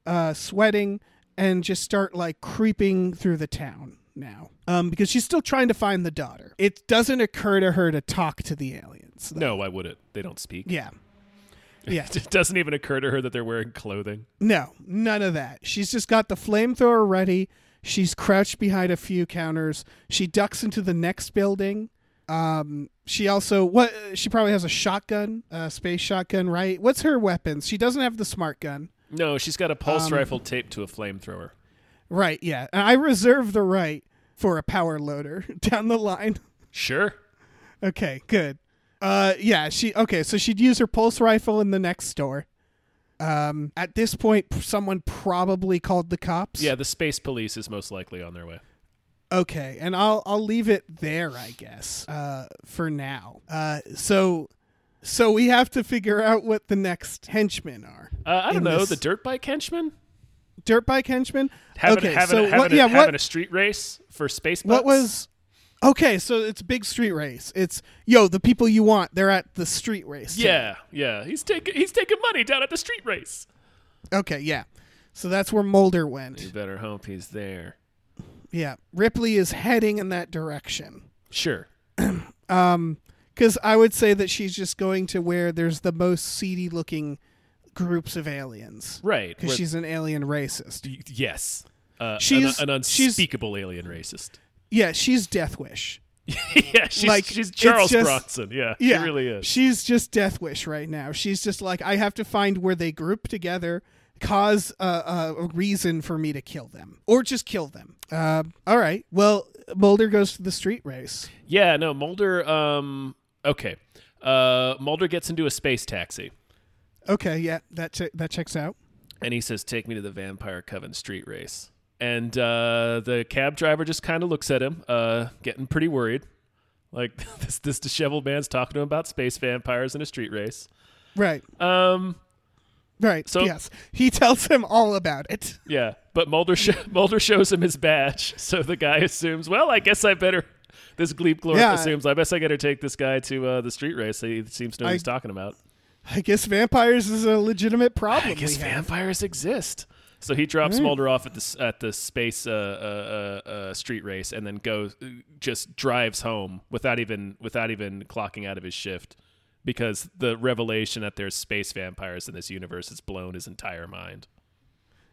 A: uh, sweating, and just start like creeping through the town now um, because she's still trying to find the daughter. It doesn't occur to her to talk to the aliens. though.
B: No, I wouldn't. They don't speak.
A: Yeah. Yeah.
B: It doesn't even occur to her that they're wearing clothing.
A: No, none of that. She's just got the flamethrower ready. She's crouched behind a few counters. She ducks into the next building. Um, she also what she probably has a shotgun, a space shotgun, right? What's her weapons? She doesn't have the smart gun.
B: No, she's got a pulse rifle taped to a flamethrower.
A: Right, yeah. And I reserve the right for a power loader down the line.
B: Sure.
A: Okay, good. Uh, yeah, she okay. So she'd use her pulse rifle in the next store. Um, at this point, someone probably called the cops.
B: Yeah, the space police is most likely on their way.
A: Okay, and I'll I'll leave it there, I guess, uh, for now. Uh, so, so we have to figure out what the next henchmen are.
B: Uh, I don't
A: In
B: know.
A: this-
B: The dirt bike henchmen
A: Dirt bike henchmen.
B: having
A: okay,
B: having,
A: so
B: having,
A: what?
B: a,
A: yeah,
B: having
A: what?
B: a street race for space. butts?
A: what was? Okay, so it's a big street race. It's yo the people you want. They're at the street race. today.
B: Yeah, yeah. He's taking he's taking money down at the street race.
A: Okay. Yeah. So that's where Mulder
B: You
A: went.
B: better hope he's there.
A: Yeah. Ripley is heading in that direction.
B: Sure.
A: Because I would say that she's just going to where there's the most seedy looking groups of aliens.
B: Right.
A: Because
B: where-
A: she's an alien racist.
B: Y- Yes. Uh,
A: She's-
B: an, an
A: she's-
B: unspeakable alien racist.
A: Yeah, she's Death Wish.
B: yeah, she's,
A: Like,
B: she's
A: it's
B: Charles
A: just-
B: Bronson. Yeah,
A: Yeah,
B: she really is.
A: She's just Death Wish right now. She's just like, I have to find where they group together, cause a, a, a reason for me to kill them, or just kill them. Um, all right. Well, Mulder goes to the street race.
B: Yeah, no, Mulder. Um, okay, uh, Mulder gets into a space taxi
A: Okay, yeah, that che- that checks out.
B: and he says, "Take me to the Vampire Coven street race." And uh, the cab driver just kind of looks at him, uh, getting pretty worried. Like this, this disheveled man's talking to him about space vampires in a street race.
A: Right,
B: Um,
A: right.
B: so-
A: yes, he tells him all about it.
B: Yeah, but Mulder sho Mulder shows him his badge, so the guy assumes. Well, I guess I better. This Gleep Glorp
A: Yeah.
B: assumes. I guess I better take this guy to uh, the street race. He seems to know what he's
A: I-
B: talking about.
A: I guess vampires is a legitimate problem.
B: I guess
A: we have. Mm.
B: vampires exist. So he drops Mulder off at the s- at the space uh, uh, uh, uh, street race, and then goes just drives home without even without even clocking out of his shift, because the revelation that there's space vampires in this universe has blown his entire mind.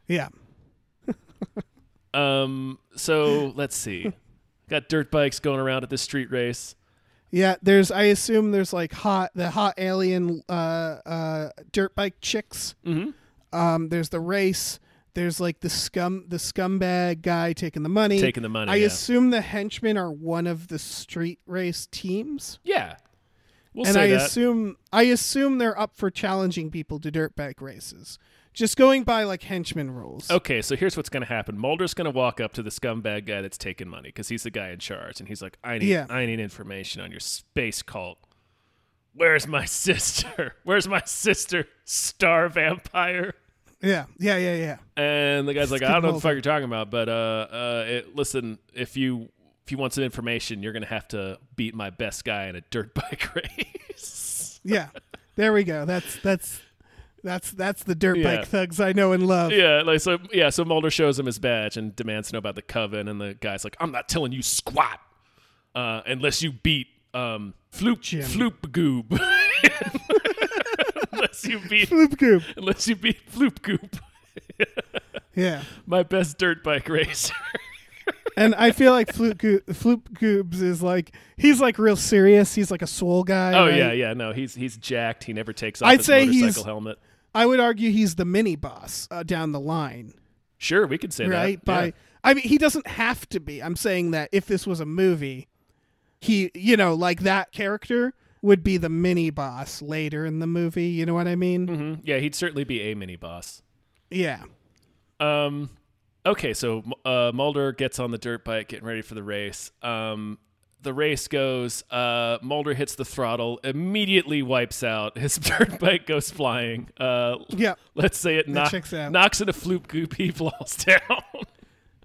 A: Yeah.
B: Um, so let's see. Got dirt bikes going around at this street race.
A: Yeah, there's I assume there's like hot the hot alien uh uh dirt bike chicks.
B: Mhm.
A: Um there's the race, there's like the scum the scumbag guy taking the money.
B: Taking the money,
A: I
B: yeah.
A: assume the henchmen are one of the street race teams.
B: Yeah, we'll
A: and
B: say
A: I
B: that.
A: assume I assume they're up for challenging people to dirt bike races. Just going by like henchman rules.
B: Okay, so here's what's going to happen. Mulder's going to walk up to the scumbag guy that's taking money because he's the guy in charge, and he's like, "I need,
A: Yeah.
B: I need information on your space cult. Where's my sister? Where's my sister, star vampire?"
A: Yeah. Yeah, yeah, yeah.
B: And the guy's like, "I don't
A: good
B: know what the
A: Mulder.
B: fuck you're talking about, but uh, uh, it, listen, if you if you want some information, you're going to have to beat my best guy in a dirt bike race."
A: Yeah. there we go. That's that's that's that's the dirt
B: Yeah.
A: bike thugs I know and love.
B: yeah, like so. Yeah, so Mulder shows him his badge and demands to know about the coven, and the guy's like, "I'm not telling you squat uh, unless you beat um, Floop
A: Jim.
B: Floop Goob." unless you beat
A: Bloop goop.
B: unless you beat Floop Goob,
A: Yeah.
B: my best dirt bike racer.
A: And I feel like Floop, Goo- Floop Goobs is like, he's like real serious. He's like a swole guy.
B: oh
A: right?
B: yeah, yeah. No, he's he's jacked. He never takes off
A: I'd
B: his
A: say
B: motorcycle
A: he's-
B: helmet.
A: I would argue he's the mini boss uh, down the line,
B: Sure, we could say
A: right?
B: that.
A: By,
B: yeah.
A: I mean, he doesn't have to be. I'm saying that if this was a movie, he, you know, like that character would be the mini boss later in the movie. You know what I mean?
B: Mhm. yeah, he'd certainly be a mini boss.
A: Yeah.
B: Um, okay, so uh, Mulder gets on the dirt bike, getting ready for the race. Um, the race goes. Uh, Mulder hits the throttle, immediately wipes out. His dirt bike goes flying. Uh,
A: Yeah.
B: let's say it, knock,
A: checks out.
B: knocks it a floop goop. He falls down.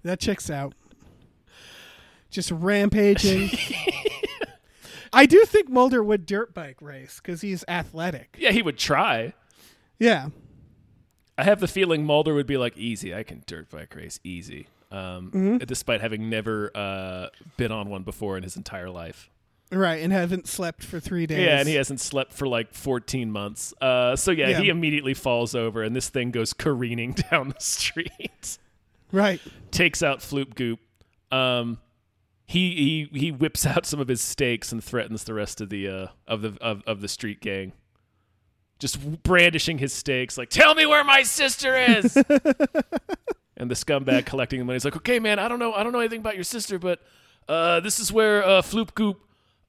A: That checks out. Just rampaging. I do think Mulder would dirt bike race because he's athletic.
B: yeah, he would try.
A: Yeah.
B: I have the feeling Mulder would be like, "Easy, I can dirt bike race easy," um,
A: Mm-hmm.
B: despite having never uh, been on one before in his entire life.
A: Right, and haven't slept for three days.
B: Yeah, and he hasn't slept for like 14 months. Uh, so yeah,
A: Yeah.
B: he immediately falls over, and this thing goes careening down the street,
A: right.
B: takes out Floop Goop. Um, he he he whips out some of his stakes and threatens the rest of the uh, of the of, of the street gang. Just brandishing his stakes, like "Tell me where my sister is." and the scumbag collecting the money is like, "Okay, man, I don't know, I don't know anything about your sister, but uh, this is where uh, Floop Goop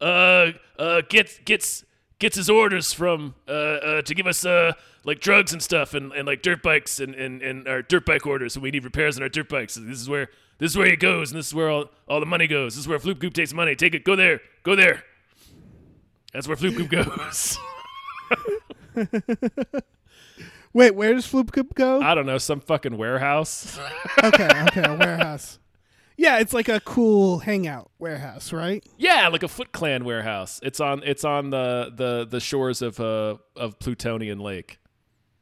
B: uh, uh, gets gets gets his orders from uh, uh, to give us uh, like drugs and stuff and, and like dirt bikes and, and, and our dirt bike orders and we need repairs on our dirt bikes. This is where this is where he goes and this is where all, all the money goes. This is where Floop Goop takes money. Take it, go there, go there. That's where Floop Goop goes.
A: Wait, where does Floop Goop go?
B: I don't know, some fucking warehouse.
A: okay, okay, a warehouse. Yeah, it's like a cool hangout warehouse, right?
B: Yeah, like a Foot Clan warehouse. It's on it's on the the, the shores of uh of Plutonian Lake.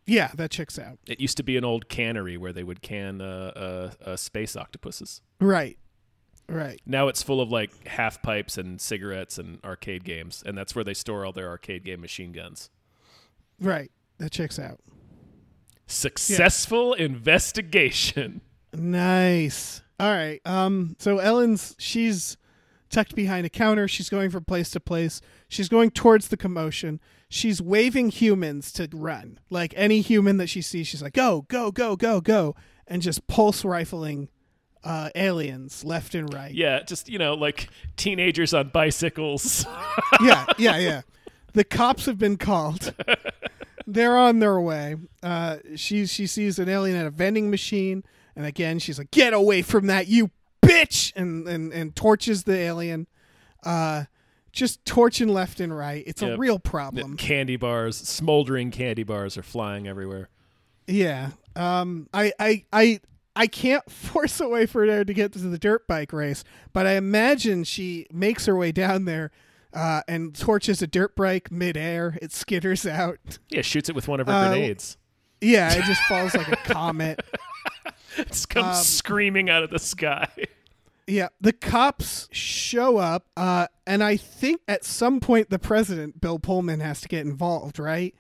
A: Yeah, that checks out.
B: It used to be an old cannery where they would can uh, uh, uh, space octopuses.
A: Right, right.
B: Now it's full of like half pipes and cigarettes and arcade games, and that's where they store all their arcade game machine guns.
A: Right. That checks out.
B: Successful investigation.
A: Nice. All right. Um so Ellen's she's tucked behind a counter. She's going from place to place. She's going towards the commotion. She's waving humans to run. Like any human that she sees, she's like, "Go, go, go, go, go." And just pulse rifling uh aliens left and right.
B: Yeah, just you know, like teenagers on bicycles.
A: yeah, yeah, yeah. The cops have been called. They're on their way. Uh, she she sees an alien at a vending machine, and again she's like, "Get away from that, you bitch!" and and and torches the alien. Uh, just torching left and right. It's
B: Yeah.
A: a real problem.
B: candy bars, smoldering candy bars are flying everywhere.
A: Yeah. Um. I I I. I can't force a way for her to get to the dirt bike race, but I imagine she makes her way down there uh, and torches a dirt bike midair. It skitters out.
B: Yeah, shoots it with one of her
A: Uh,
B: grenades.
A: Yeah, it just falls like a comet. Um,
B: It comes screaming out of the sky.
A: Yeah, the cops show up, uh, and I think at some point the president, Bill Pullman, has to get involved, right?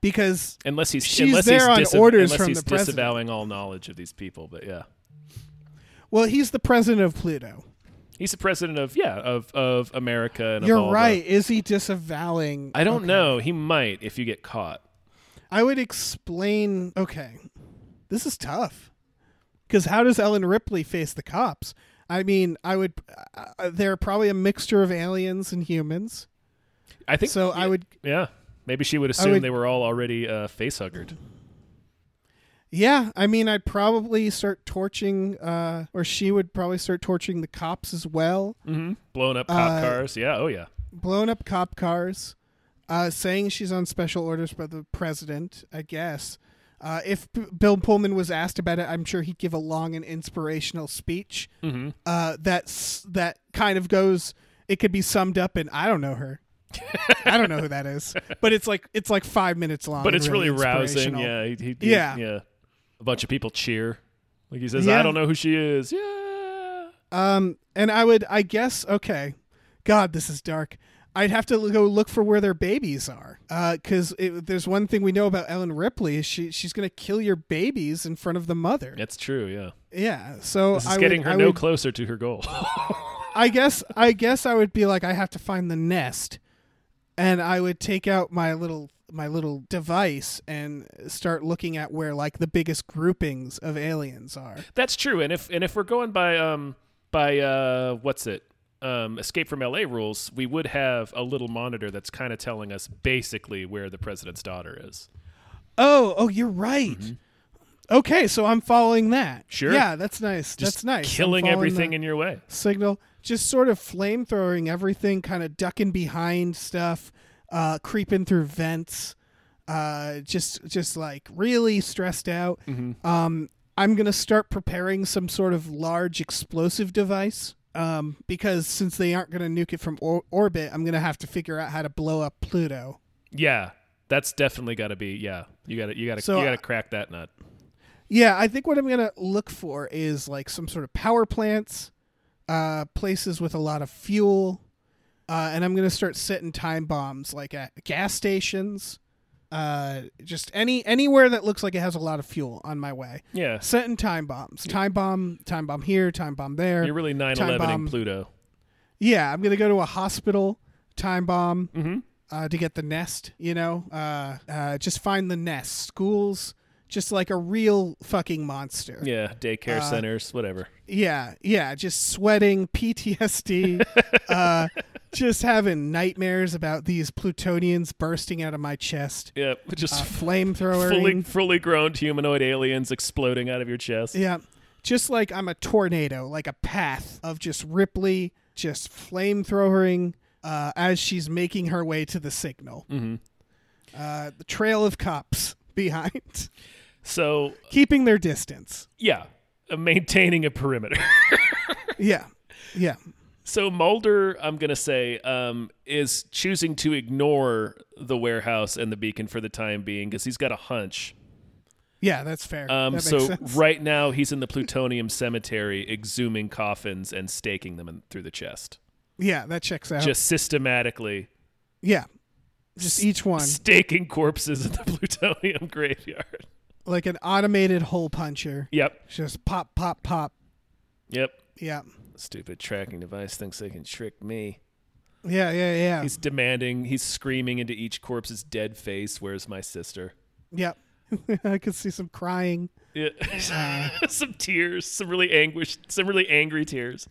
A: Because
B: Unless he's
A: She's
B: unless
A: there
B: he's
A: on
B: disa-
A: orders
B: unless
A: from
B: he's
A: the president.
B: disavowing all knowledge of these people, but yeah.
A: well, he's the president of Pluto.
B: He's the president of yeah, of of America and of all
A: You're
B: the-
A: right. Is he disavowing?
B: I don't know. He might if you get caught.
A: I would explain. Okay, this is tough. Because how does Ellen Ripley face the cops? I mean, I would. Uh, uh, they're probably a mixture of aliens and humans.
B: I think
A: So I would.
B: Yeah. Maybe she would assume
A: would-
B: they were all already uh, face huggered.
A: Yeah, I mean, I'd probably start torching, uh, or she would probably start torching the cops as well,
B: Mm. Blown up
A: Uh,
B: cop cars. Yeah, oh yeah.
A: blowing up cop cars, uh, saying she's on special orders by the president. I guess uh, if P- Bill Pullman was asked about it, I'm sure he'd give a long and inspirational speech.
B: Mm-hmm.
A: Uh, that's that kind of goes. It could be summed up in I don't know her. I don't know who that is, but it's like it's like five minutes long.
B: But
A: and
B: it's really, rousing.
A: inspirational.
B: Yeah, he, he, yeah.
A: Yeah.
B: Yeah. A bunch of people cheer. Like he says,
A: Yeah.
B: I don't know who she is. Yeah.
A: Um, and I would, I guess, okay. God, this is dark. I'd have to go look for where their babies are, because there's one thing we know about Ellen Ripley is she she's gonna kill your babies in front of the mother.
B: That's true, yeah.
A: Yeah, so
B: This is
A: I
B: getting
A: would,
B: her
A: I,
B: no
A: would-
B: closer to her goal.
A: I guess I guess I would be like, I have to find the nest, and I would take out my little my little device and start looking at where like the biggest groupings of aliens are.
B: That's true. And if and if we're going by um by uh what's it? Um, escape from LA rules, we would have a little monitor that's kind of telling us basically where the president's daughter is.
A: Oh, oh, you're right. Okay, so I'm following that.
B: Mm-hmm. Sure.
A: Yeah, that's nice.
B: Just
A: that's nice. I'm
B: Killing
A: following
B: everything
A: the
B: in your way.
A: signal, just sort of flamethrowing everything, kind of ducking behind stuff, uh, creeping through vents, uh, just just like really stressed out.
B: Mm-hmm.
A: Um, I'm gonna start preparing some sort of large explosive device. Um, because since they aren't going to nuke it from or- orbit, I'm going to have to figure out how to blow up Pluto.
B: Yeah. That's definitely got to be yeah. You got to you got to
A: So,
B: you got
A: uh,
B: to crack that nut.
A: Yeah, I think what I'm gonna look for is like some sort of power plants, uh, places with a lot of fuel, uh, and I'm gonna start setting time bombs like at gas stations, uh, just any anywhere that looks like it has a lot of fuel on my way.
B: Yeah.
A: Setting time bombs, time bomb, time bomb here, time bomb there.
B: You're really 9
A: time
B: 11 ing
A: bomb.
B: Pluto.
A: Yeah, I'm gonna go to a hospital, time bomb,
B: Mm-hmm.
A: uh, to get the nest. You know, uh, uh, just find the nest. Schools, just like a real fucking monster.
B: Yeah,
A: Uh,
B: daycare centers, whatever.
A: Yeah, yeah, just sweating, PTSD, uh, just having nightmares about these plutonians bursting out of my chest, Uh,
B: Yeah, just fully
A: flamethrower.
B: fully grown humanoid aliens exploding out of your chest.
A: Yeah, just like I'm a tornado, like a path of just Ripley, just flamethrowering uh, as she's making her way to the signal.
B: Mm-hmm.
A: Uh, the trail of cops behind,
B: So,
A: keeping their distance.
B: yeah, uh, maintaining a perimeter.
A: Yeah, yeah.
B: so Mulder, I'm gonna say, um, is choosing to ignore the warehouse and the beacon for the time being because he's got a hunch.
A: Yeah, that's fair.
B: Um,
A: that makes
B: so
A: sense.
B: right now he's in the plutonium cemetery, exhuming coffins and staking them in, through the chest,
A: yeah, that checks out.
B: just systematically
A: yeah, just each one.
B: staking corpses in the plutonium graveyard.
A: like an automated hole puncher.
B: Yep,
A: Just pop, pop, pop.
B: yep.
A: Yeah.
B: Stupid tracking device thinks they can trick me.
A: Yeah, yeah, yeah.
B: He's demanding, he's screaming into each corpse's dead face, Where's my sister?
A: yep. I could see some crying.
B: Yeah. some tears, some really anguish, some really angry tears.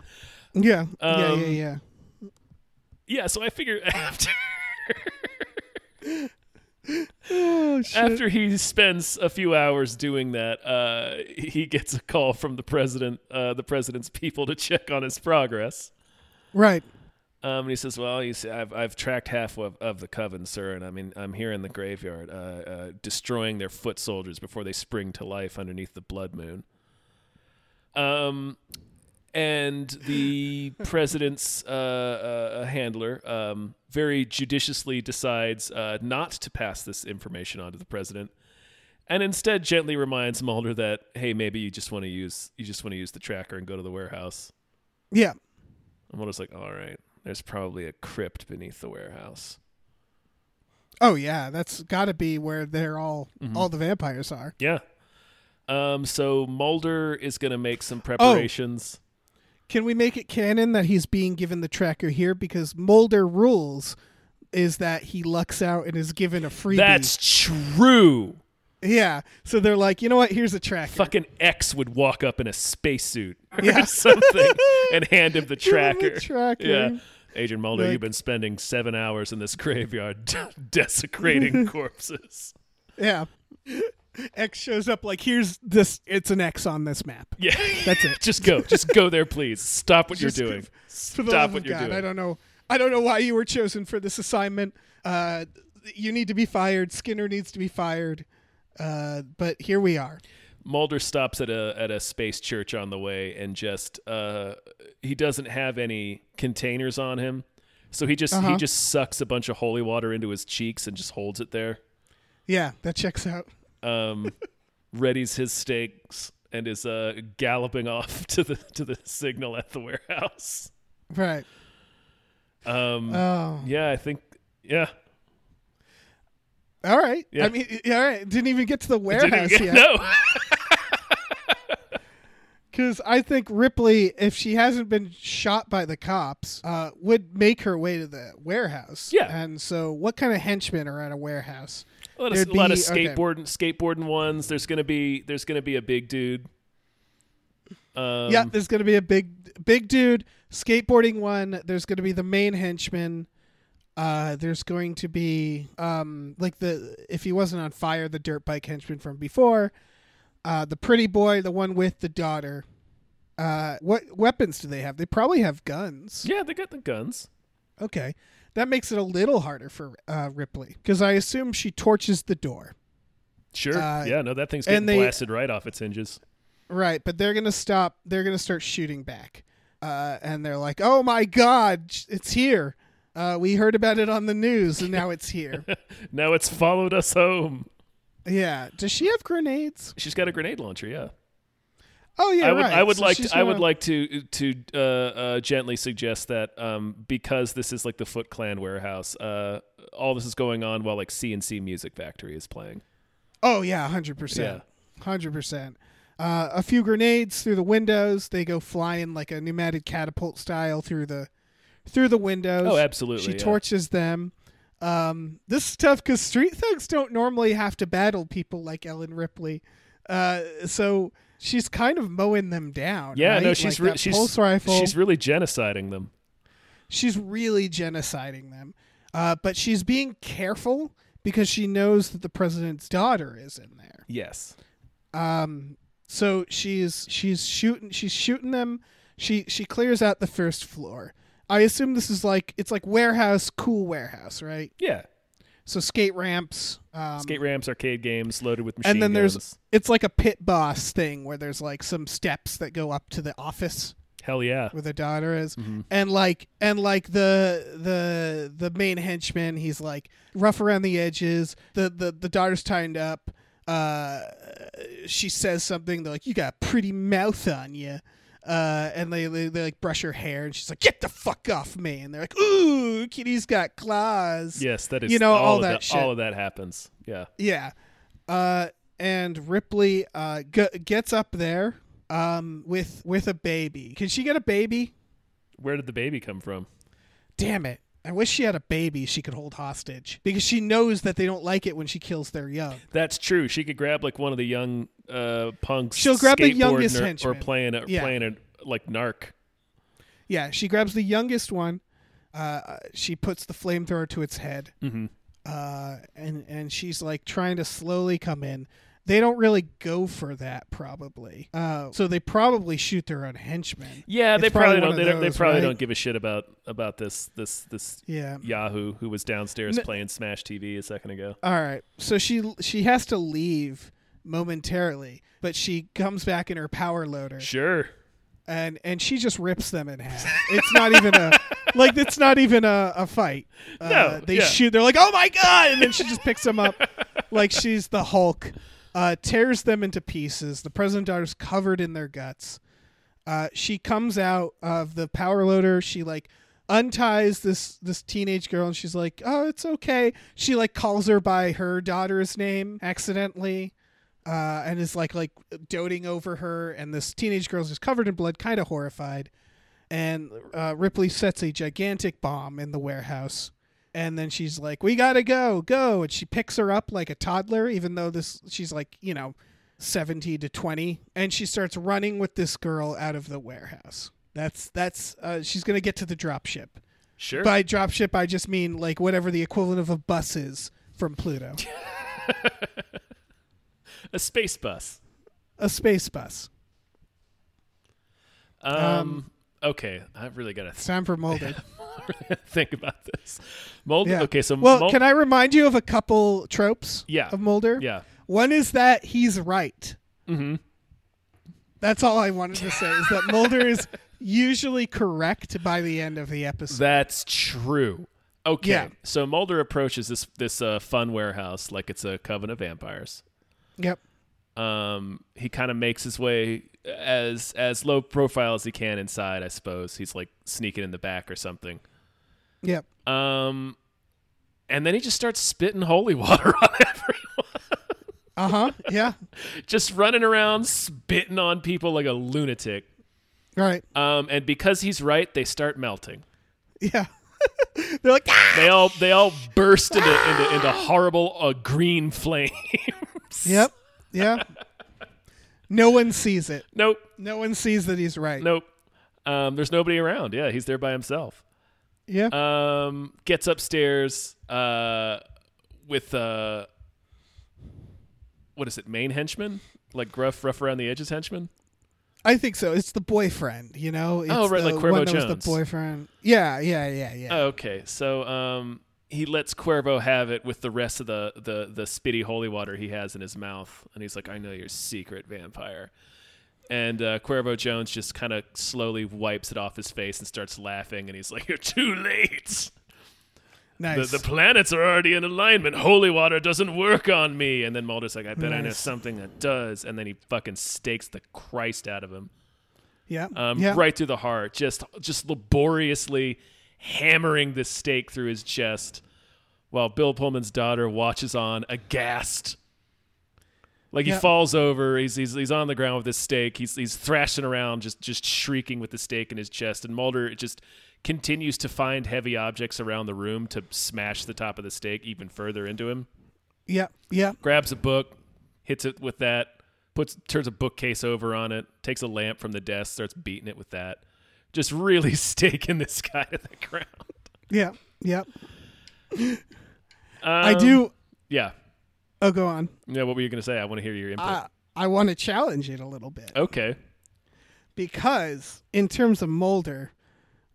A: Yeah. yeah,
B: Um,
A: yeah, yeah.
B: Yeah, so I figure after
A: Oh, shit.
B: after he spends a few hours doing that, uh, he gets a call from the president, uh, the president's people to check on his progress.
A: Right.
B: Um, and he says, "Well, he's, I've I've tracked half of, of the coven, sir, and I mean I'm here in the graveyard, uh, uh, destroying their foot soldiers before they spring to life underneath the blood moon." Um, and the president's uh, uh, handler um, very judiciously decides uh, not to pass this information on to the president, and instead gently reminds Mulder that, "Hey, maybe you just want to use you just want to use the tracker and go to the warehouse."
A: Yeah.
B: I'm almost like, all right, there's probably a crypt beneath the warehouse.
A: Oh yeah, that's got to be where they're all
B: Mm-hmm.
A: all the vampires are.
B: Yeah. Um, so Mulder is gonna make
A: Oh,
B: some preparations.
A: Can we make it canon that he's being given the tracker here because Mulder rules is that he lucks out and is given a freebie.
B: That's true.
A: yeah. So they're like, you know what? Here's a tracker.
B: Fucking X would walk up in a spacesuit or
A: Yeah.
B: something and hand him the
A: Give him
B: tracker.
A: the tracker.
B: Yeah. Agent Mulder,
A: Like-
B: you've been spending seven hours in this graveyard desecrating corpses.
A: Yeah. X shows up like, here's this. It's an X on this map.
B: Yeah.
A: That's it.
B: Just go. Just go there, please. Stop what
A: Just
B: you're doing.
A: For
B: Stop
A: the love
B: what
A: of
B: you're
A: God, I
B: doing.
A: don't know. I don't know why you were chosen for this assignment. Uh, you need to be fired. Skinner needs to be fired. Uh, but here we are.
B: Mulder stops at a at a space church on the way and just uh, he doesn't have any containers on him, so he just he
A: Uh-huh.
B: just sucks a bunch of holy water into his cheeks and just holds it there.
A: Yeah, that checks out.
B: Um, readies his stakes and is uh, galloping off to the to the signal at the warehouse.
A: Right.
B: Um,
A: Oh,
B: yeah, I think yeah.
A: all right.
B: Yeah.
A: I mean, y- all right. Didn't even get to the
B: Didn't
A: warehouse
B: even get-
A: yet.
B: no,
A: Because I think Ripley, if she hasn't been shot by the cops, uh, would make her way to the warehouse.
B: Yeah.
A: And so, what kind of henchmen are at a warehouse?
B: a lot of,
A: There'd
B: a lot of
A: be- okay.
B: skateboarding skateboarding ones. There's gonna be there's gonna be a big dude. Um,
A: yeah, there's going to be a big, big dude skateboarding one. There's going to be the main henchman. Uh, there's going to be um, like the if he wasn't on fire, the dirt bike henchman from before. Uh, the pretty boy, the one with the daughter. Uh, what weapons do they have? They probably have guns.
B: yeah, they got the guns.
A: Okay, that makes it a little harder for uh, Ripley because I assume she torches the door.
B: Sure.
A: Uh,
B: yeah, no, that thing's getting
A: and they-
B: blasted right off its hinges.
A: Right, but they're gonna stop. They're gonna start shooting back, uh, and they're like, "Oh my God, sh- it's here! Uh, we heard about it on the news, and now it's here."
B: Now it's followed us home.
A: yeah. Does she have grenades?
B: She's got a grenade launcher, yeah.
A: Oh yeah,
B: I would
A: right.
B: I would
A: So
B: like
A: she's
B: to, I would
A: gonna-
B: like to to uh, uh, gently suggest that um, because this is like the Foot Clan warehouse, uh, all this is going on while like CNC Music Factory is playing.
A: Oh yeah, hundred percent, hundred percent. Uh, A few grenades through the windows. They go flying like a pneumatic catapult style through the through the windows.
B: Oh, absolutely.
A: She
B: yeah.
A: torches them. Um, this is tough because street thugs don't normally have to battle people like Ellen Ripley. Uh, so she's kind of mowing them down.
B: Yeah,
A: right?
B: no, she's
A: like
B: re-
A: that
B: she's
A: pulse rifle.
B: She's
A: She's,
B: really genociding them.
A: really genociding them. Uh, but she's being careful because she knows that the president's daughter is in there.
B: Yes.
A: Um, so she's she's shooting she's shooting them. She she clears out the first floor. I assume this is like it's like warehouse, cool warehouse, right?
B: Yeah.
A: So skate ramps. Um,
B: Skate ramps, arcade games loaded with machine
A: and then there's
B: guns.
A: it's like a pit boss thing where there's like some steps that go up to the office
B: Hell yeah.
A: where the daughter is, and like and like the the the main henchman, he's like rough around the edges. The the the daughter's tied up. Uh, she says something. They're like, "You got a pretty mouth on you." Uh, and they, they they like brush her hair, and she's like, "Get the fuck off me!" And they're like, "Ooh, kitty's got claws."
B: Yes, that is
A: you know
B: all,
A: all
B: of
A: that
B: that
A: shit.
B: all of that happens. Yeah.
A: Yeah. Uh, and Ripley uh, g- gets up there um, with with a baby. Can she get a baby?
B: Where did the baby come from?
A: Damn it. I wish she had a baby she could hold hostage because she knows that they don't like it when she kills their young.
B: That's true. She could grab like one of the young uh, punks.
A: She'll grab the
B: skateboarding
A: youngest
B: or, or
A: henchman.
B: playing a,
A: Yeah.
B: playing a, like narc.
A: Yeah, she grabs the youngest one. Uh, she puts the flamethrower to its head.
B: Mm-hmm.
A: Uh, and and she's like trying to slowly come in. They don't really go for that probably. Uh, so they probably shoot their own henchmen.
B: Yeah, they
A: It's probably
B: probably,
A: one
B: don't.
A: of
B: They, don't. they
A: those,
B: probably
A: right?
B: don't give a shit about about this this this
A: Yeah.
B: Yahoo who was downstairs
A: N- Uh,
B: playing Smash TV a second ago.
A: All right. So she she has to leave momentarily, but she comes back in her power loader
B: Sure.
A: and and she just rips them in half. It's not even a like it's not even a, a fight. Uh,
B: No,
A: they
B: yeah.
A: shoot. They're like, "Oh my god!" And then she just picks them up like she's the Hulk. Uh, tears them into pieces. The president daughter's covered in their guts. Uh, she comes out of the power loader. She like unties this this teenage girl, and she's like, "Oh, it's okay." She like calls her by her daughter's name accidentally, uh, and is like like doting over her. And this teenage girl's just covered in blood, kind of horrified. And uh, Ripley sets a gigantic bomb in the warehouse. And then she's like, "We gotta go, go!" And she picks her up like a toddler, even though this she's like, you know, 70 to 20 and she starts running with this girl out of the warehouse that's that's uh, she's gonna get to the dropship
B: Sure.
A: by dropship i just mean like whatever the equivalent of a bus is from pluto
B: a space bus.
A: a space bus
B: Um, okay, I've really got
A: it's
B: to
A: time for molded
B: think about this. Mulder.
A: yeah
B: Okay, so
A: well
B: Mul-
A: can i remind you of a couple tropes
B: Yeah.
A: of mulder
B: Yeah.
A: one is that he's right mm-hmm that's all i wanted to say is that mulder is usually correct by the end of the episode
B: That's true. Okay.
A: Yeah.
B: So Mulder approaches this this uh, fun warehouse like it's a coven of vampires.
A: yep
B: Um, he kind of makes his way as as low profile as he can inside. I suppose he's like sneaking in the back or something.
A: yep
B: Um, and then he just starts spitting holy water on everyone,
A: uh-huh yeah
B: just running around spitting on people like a lunatic.
A: right
B: Um, and because he's right, they start melting.
A: Yeah. They're like, ah!
B: They all they all burst into into, into horrible uh, green flame.
A: Yep. Yeah. no one sees it.
B: nope,
A: No one sees that he's right.
B: nope. Um, there's nobody around. Yeah, he's there by himself.
A: Yeah.
B: Um, gets upstairs uh, with uh, what is it? Main henchman, like gruff, rough around the edges henchman.
A: I think so. It's the boyfriend, you know? It's
B: Oh, right,
A: the
B: like Cuervo
A: one that was
B: Jones. Uh,
A: the boyfriend. Yeah, yeah, yeah, yeah.
B: Oh, Okay, so um, he lets Cuervo have it with the rest of the the the spitty holy water he has in his mouth, and he's like, "I know your secret, vampire." And uh, Cuervo Jones just kind of slowly wipes it off his face and starts laughing, and he's like, "You're too late. The,
A: nice.
B: the planets are already in alignment. Holy water doesn't work on me." And then Mulder's like, "I bet I know
A: Nice.
B: something that does," and then he fucking stakes the Christ out of him
A: yeah.
B: um,
A: yeah.
B: right through the heart, just just laboriously hammering the stake through his chest, while Bill Pullman's daughter watches on aghast. Like he
A: Yeah.
B: falls over, he's, he's he's on the ground with this stake. He's he's thrashing around, just just shrieking with the stake in his chest. And Mulder just continues to find heavy objects around the room to smash the top of the stake even further into him
A: Yeah. Yeah.
B: grabs a book, hits it with that, puts turns a bookcase over on it, takes a lamp from the desk, starts beating it with that. Just really staking this guy to the ground.
A: Yeah. Yeah.
B: Um,
A: I do.
B: Yeah.
A: Oh, go on.
B: Yeah. What were you going to say? I want to hear your input.
A: I, I want to challenge it a little bit.
B: okay.
A: because in terms of Mulder,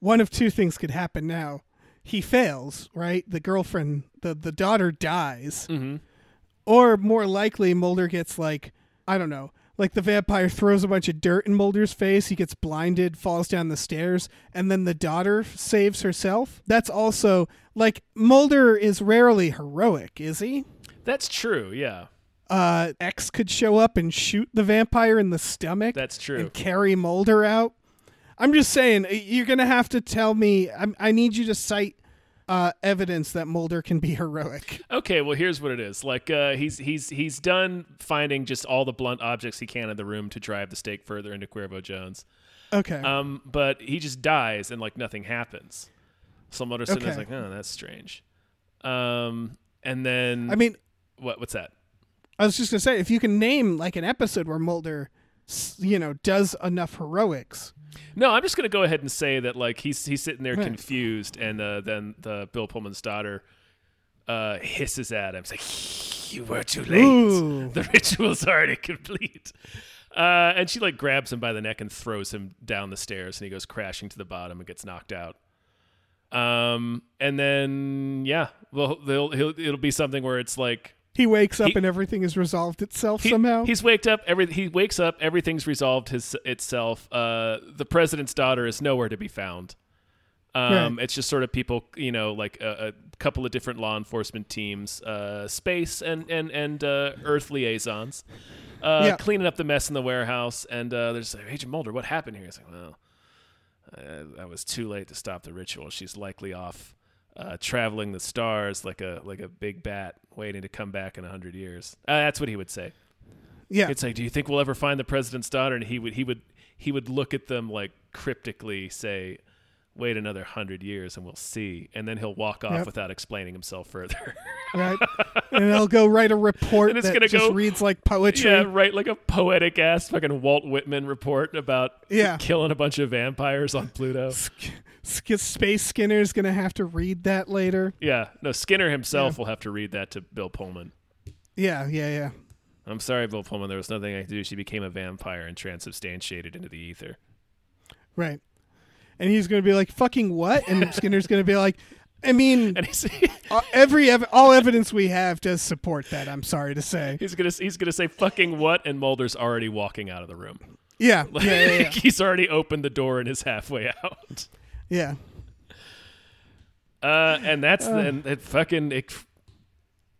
A: one of two things could happen now. He fails, right? The girlfriend, the, the daughter dies. Or more likely, Mulder gets like, I don't know, like the vampire throws a bunch of dirt in Mulder's face. He gets blinded, falls down the stairs, and then the daughter saves herself. That's also like Mulder is rarely heroic, is he?
B: That's true. Yeah.
A: Uh, X could show up and shoot the vampire in the stomach
B: That's true.
A: and carry Mulder out. I'm just saying, uh, you're gonna have to tell me. I'm, I need you to cite uh, evidence that Mulder can be heroic.
B: Okay. Well, here's what it is. Like uh, he's he's he's done finding just all the blunt objects he can in the room to drive the stake further into Cuervo Jones.
A: Okay,
B: Um, but he just dies and like nothing happens. So Mulder's sitting there
A: Okay.
B: like, oh, that's strange. Um, and then
A: I mean,
B: what? What's that?
A: I was just gonna say, if you can name like an episode where Mulder, s- you know, does enough heroics.
B: No, I'm just gonna go ahead and say that like he's he's sitting there
A: Right.
B: confused, and uh, then the Bill Pullman's daughter uh, hisses at him. It's like you were too late.
A: Ooh.
B: The ritual's already complete. Uh, and she like grabs him by the neck and throws him down the stairs, and he goes crashing to the bottom and gets knocked out. Um, and then yeah, well, they'll, he'll, it'll be something where it's like
A: He wakes up
B: He-
A: and everything has resolved itself
B: he-
A: somehow.
B: He's waked up. Every he wakes up. Everything's resolved his itself. Uh, the president's daughter is nowhere to be found. Um,
A: Right.
B: It's just sort of people, you know, like a, a couple of different law enforcement teams, uh, space and and and uh, Earth liaisons, uh,
A: Yeah.
B: cleaning up the mess in the warehouse. And uh, they're just like, Agent Mulder, what happened here? It's like, well, I, I was too late to stop the ritual. She's likely off uh, traveling the stars like a like a big bat, waiting to come back in a hundred years. Uh, that's what he would say.
A: Yeah.
B: It's like, do you think we'll ever find the president's daughter? And he would he would he would look at them like cryptically say, "Wait another hundred years and we'll see." And then he'll walk off
A: Yep.
B: without explaining himself further.
A: right. and they'll go write a report
B: And it's
A: that
B: gonna
A: just
B: go-
A: reads like poetry.
B: yeah, right. Like a poetic ass fucking Walt Whitman report about
A: Yeah.
B: killing a bunch of vampires on Pluto.
A: Sk- Space Skinner's gonna have to read that later.
B: Yeah, no. Skinner himself will have to read that to Bill Pullman.
A: Yeah, yeah, yeah.
B: I'm sorry, Bill Pullman. There was nothing I could do. She became a vampire and transubstantiated into the ether.
A: Right. And he's gonna be like, "Fucking what?" And Skinner's gonna be like, "I mean,
B: And he's
A: uh, every ev- all evidence we have does support that. I'm sorry to say.
B: he's gonna he's gonna say fucking what? And Mulder's already walking out of the room.
A: Yeah,
B: Like,
A: yeah, yeah, yeah.
B: he's already opened the door and is halfway out.
A: yeah.
B: Uh, and that's the and it fucking ex-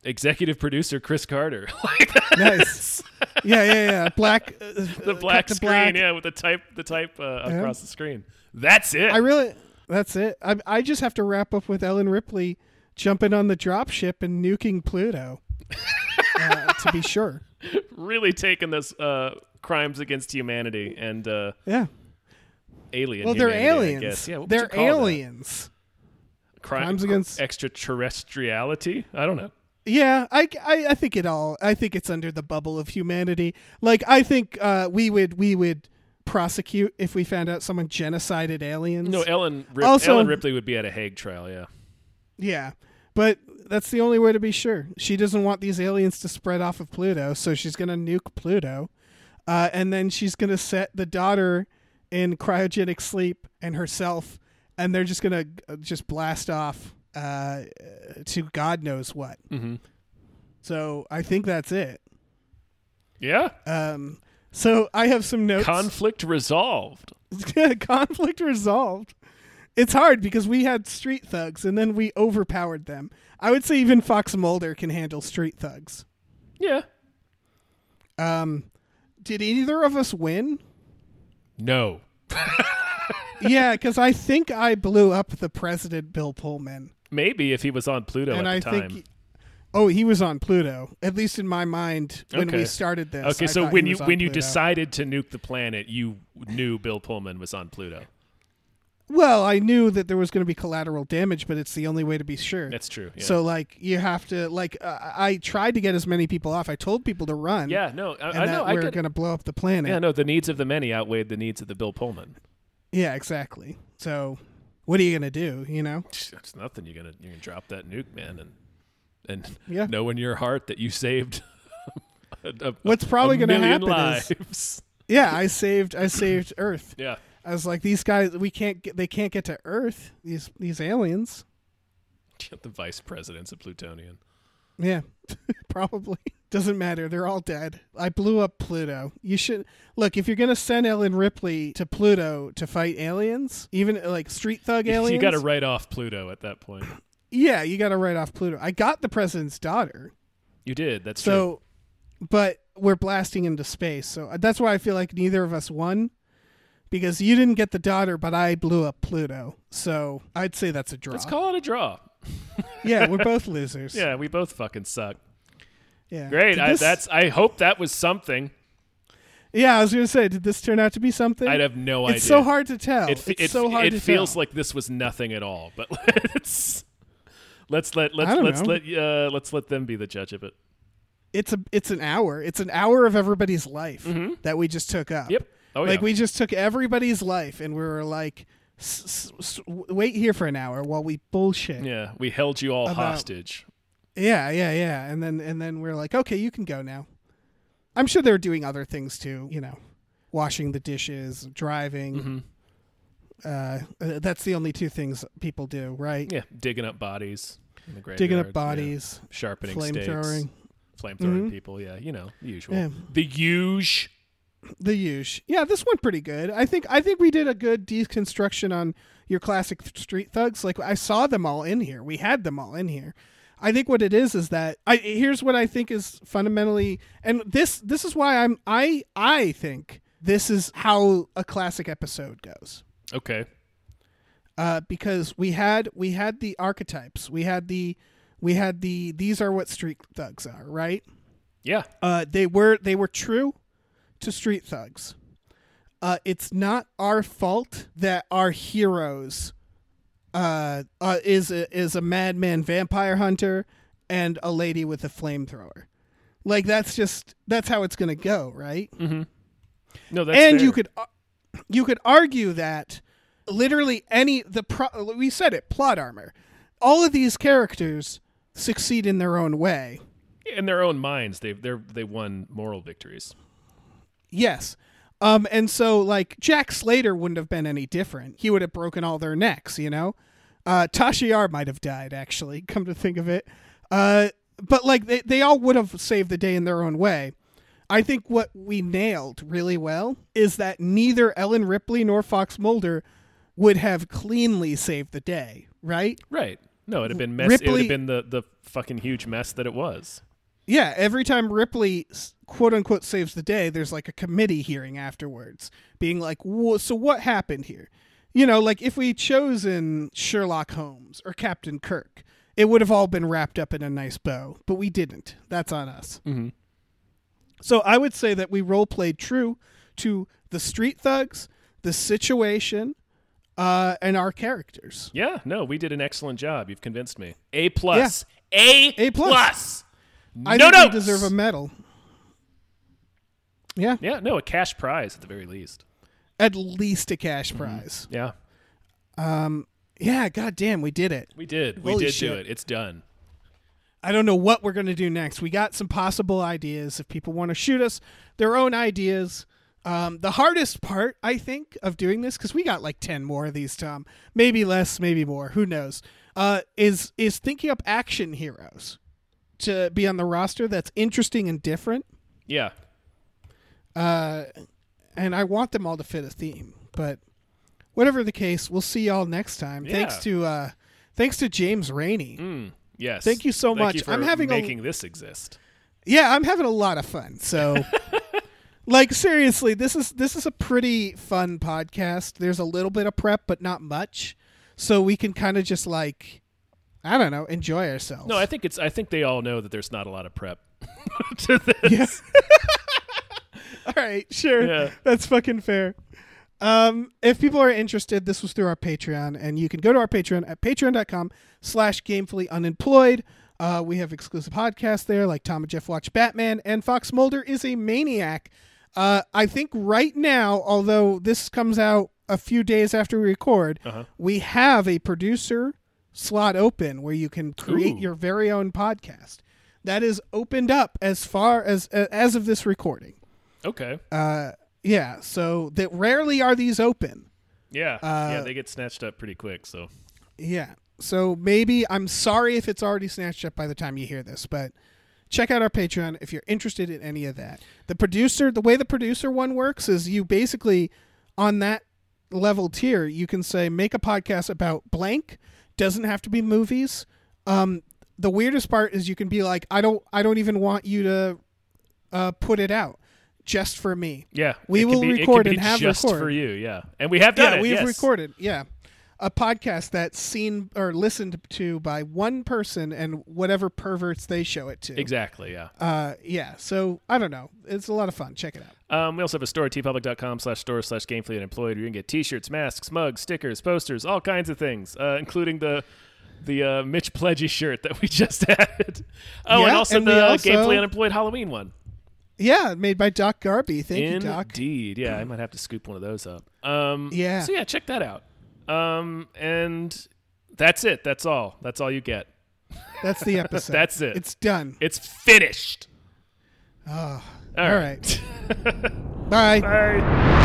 B: executive producer Chris Carter, like
A: Nice. yeah, yeah, yeah. Black, uh,
B: the black
A: cut to
B: screen,
A: black.
B: yeah, with the type the type uh,
A: Yeah.
B: across the screen. That's it.
A: I really. That's it. I I just have to wrap up with Ellen Ripley jumping on the dropship and nuking Pluto. uh, to be sure.
B: really taking this uh, crimes against humanity and uh,
A: Yeah.
B: alien.
A: Well, they're
B: humanity, I
A: aliens.
B: guess. Yeah, what would you
A: they're
B: call that?
A: aliens.
B: Crime-
A: Crimes against-
B: extraterrestriality. I don't know.
A: Yeah, I, I, I think it all. I think it's under the bubble of humanity. Like I think uh, we would we would prosecute if we found out someone genocided aliens.
B: No, Ellen. Rip-
A: Also-
B: Ellen Ripley would be at a Hague trial. Yeah.
A: Yeah, but that's the only way to be sure. She doesn't want these aliens to spread off of Pluto, so she's gonna nuke Pluto, uh, and then she's gonna set the daughter in cryogenic sleep and herself, and they're just gonna uh, just blast off uh, to God knows what. Mm-hmm. So I think that's it.
B: Yeah.
A: Um, so I have some notes.
B: Conflict resolved.
A: conflict resolved. It's hard because we had street thugs and then we overpowered them. I would say even Fox Mulder can handle street thugs.
B: Yeah.
A: Um, did either of us win?
B: No.
A: yeah, because I think I blew up the president, Bill Pullman,
B: Maybe if he was on Pluto
A: and
B: at
A: I
B: the time.
A: think. Oh, he was on Pluto. At least in my mind, when
B: Okay.
A: we started this.
B: okay,
A: I
B: so
A: thought
B: when
A: he
B: you
A: was on
B: when you
A: Pluto.
B: decided to nuke the planet, you knew Bill Pullman was on Pluto.
A: well, I knew that there was going to be collateral damage, but it's the only way to be sure.
B: That's true. Yeah.
A: So like you have to like uh, I tried to get as many people off. I told people to run.
B: yeah, no,
A: and
B: I, I
A: that
B: know. I
A: we're
B: get,
A: gonna blow up the planet.
B: yeah, no, the needs of the many outweighed the needs of the Bill Pullman.
A: Yeah, exactly. So what are you gonna do? You know?
B: It's nothing. You're gonna you're gonna drop that nuke, man, and and
A: Yeah.
B: know in your heart that you saved. a- a-
A: What's probably
B: a
A: gonna
B: million
A: happen is-
B: lives.
A: Yeah, I saved I saved Earth.
B: yeah.
A: I was like, these guys, we can't get, they can't get to Earth. These these aliens.
B: The vice president's a plutonian.
A: Yeah, probably doesn't matter. They're all dead. I blew up Pluto. You should look if you're gonna send Ellen Ripley to Pluto to fight aliens, even like street thug aliens.
B: You got to write off Pluto at that point.
A: Yeah, you got to write off Pluto. I got the president's daughter.
B: You did. That's true.
A: So, but we're blasting into space. So that's why I feel like neither of us won because you didn't get the daughter, but I blew up Pluto. So I'd say that's a draw.
B: Let's call it a draw.
A: yeah, we're both losers.
B: Yeah, we both fucking suck.
A: Yeah.
B: Great.
A: Did
B: I,
A: this-
B: that's. I hope that was something.
A: Yeah, I was going to say, did this turn out to be something?
B: I'd have no idea.
A: it's so hard to tell.
B: It, fe-
A: it's
B: it-
A: so hard
B: it
A: to
B: feels
A: tell.
B: like this was nothing at all. But let's let's let
A: I
B: let's
A: don't
B: let's
A: know.
B: let uh, let's let them be the judge of it.
A: it's a it's an hour. It's an hour of everybody's life that we just took up.
B: Mm-hmm. Yep. Oh,
A: like
B: yeah.
A: we just took everybody's life and we were like, s- s- s- wait here for an hour while we bullshit.
B: Yeah, we held you all hostage.
A: Yeah, yeah, yeah. And then and then we're like, okay, you can go now. I'm sure they're doing other things too. You know, washing the dishes, driving. Uh, uh, that's the only two things people do, right?
B: Mm-hmm. Yeah, digging up bodies. In the graveyard,
A: Digging up
B: yeah.
A: bodies,
B: sharpening
A: flame
B: stakes,
A: throwing. Mm-hmm.
B: flame throwing people. Yeah, you know the usual.
A: Yeah.
B: The huge.
A: The Huge. Yeah, this went pretty good. I think I think we did a good deconstruction on your classic th- street thugs. Like I saw them all in here. We had them all in here. I think what it is is that I here's what I think is fundamentally and this this is why I'm I I think this is how a classic episode goes
B: Okay.
A: uh, because we had we had the archetypes we had the we had the these are what street thugs are right
B: Yeah.
A: uh, they were they were true to street thugs uh, it's not our fault that our heroes uh, uh, is a, is a madman vampire hunter and a lady with a flamethrower like that's just that's how it's gonna go right
B: No, that's
A: and
B: fair.
A: you could ar- you could argue that literally any the pro, we said it plot armor all of these characters succeed in their own way
B: in their own minds they've they're they won moral victories.
A: yes um and so like jack slater wouldn't have been any different he would have broken all their necks you know uh tasha yar might have died actually come to think of it uh but like they, they all would have saved the day in their own way I think what we nailed really well is that neither Ellen Ripley nor Fox Mulder would have cleanly saved the day, right?
B: Right. No, it'd have been mess. it would have
A: Ripley-
B: been the the fucking huge mess that it was.
A: Yeah, every time Ripley s- quote unquote saves the day, there's like a committee hearing afterwards being like, "Wha- so what happened here? You know, like if we had chosen Sherlock Holmes or Captain Kirk, it would have all been wrapped up in a nice bow, but we didn't. That's on us. So I would say that we role played true to the street thugs, the situation, uh, and our characters.
B: Yeah, no, we did an excellent job. You've convinced me. A plus. A,
A: A plus.
B: No,
A: I
B: no.
A: think we deserve a medal. Yeah,
B: yeah, no, a cash prize at the very least.
A: at least a cash prize.
B: Yeah,
A: Yeah, goddamn, we did it.
B: we did. We
A: Holy
B: did do
A: shit.
B: it. It's done.
A: I don't know what we're going to do next. We got some possible ideas if people want to shoot us their own ideas. Um, the hardest part, I think, of doing this because we got like ten more of these, Tom. Maybe less, maybe more. Who knows? Uh, is is thinking up action heroes to be on the roster that's interesting and different.
B: Yeah.
A: And I want them all to fit a theme, but whatever the case, we'll see y'all next time. Thanks
B: Yeah.
A: to uh, thanks to James Rainey.
B: Yes.
A: Thank you so
B: Thank
A: much.
B: you for
A: I'm having a-
B: making this exist.
A: yeah i'm having a lot of fun so like seriously this is this is a pretty fun podcast there's a little bit of prep but not much so we can kind of just like i don't know enjoy ourselves
B: No, I think it's. I think they all know that there's not a lot of prep to this.
A: all right sure
B: Yeah.
A: that's fucking fair um if people are interested this was through our patreon and you can go to our patreon at patreon.com slash gamefully unemployed uh, we have exclusive podcasts there like tom and jeff watch batman and fox mulder is a maniac uh, i think right now although this comes out a few days after we record
B: Uh-huh.
A: we have a producer slot open where you can create
B: Ooh.
A: your very own podcast that is opened up as far as uh, as of this recording
B: Okay.
A: Uh, yeah, so that rarely are these open.
B: yeah.
A: uh,
B: yeah. They get snatched up pretty quick. So
A: Yeah. So maybe I'm sorry if it's already snatched up by the time you hear this, but check out our Patreon if you're interested in any of that. The producer, the way the producer one works is you basically on that level tier, you can say make a podcast about blank, doesn't have to be movies. Um the weirdest part is you can be like I don't I don't even want you to uh put it out just for me.
B: yeah,
A: We
B: it can
A: will
B: be- it can
A: record
B: be
A: and have
B: just
A: record.
B: for you. Yeah, and we have done
A: yeah,
B: it.
A: we've
B: yes.
A: recorded. Yeah, a podcast that's seen or listened to by one person and whatever perverts they show it to.
B: Exactly. Yeah.
A: Uh, yeah. So I don't know. It's a lot of fun. Check it out.
B: Um, we also have a store, tpublic.com slash store slash gamefully unemployed, where you can get t-shirts, masks, mugs, stickers, posters, all kinds of things, uh, including the the uh, Mitch Pledgey shirt that we just added. Oh, and
A: Yeah,
B: also
A: and we
B: the uh,
A: also-
B: gamefully unemployed Halloween one.
A: Yeah, made by Doc Garby. Thank you, Doc.
B: Indeed. Yeah, I might have to scoop one of those up. Um,
A: Yeah.
B: So yeah, check that out. Um, and that's it. That's all. That's all you get.
A: That's the episode.
B: That's it.
A: It's done.
B: It's finished.
A: All Ah, right. Bye.
B: All right.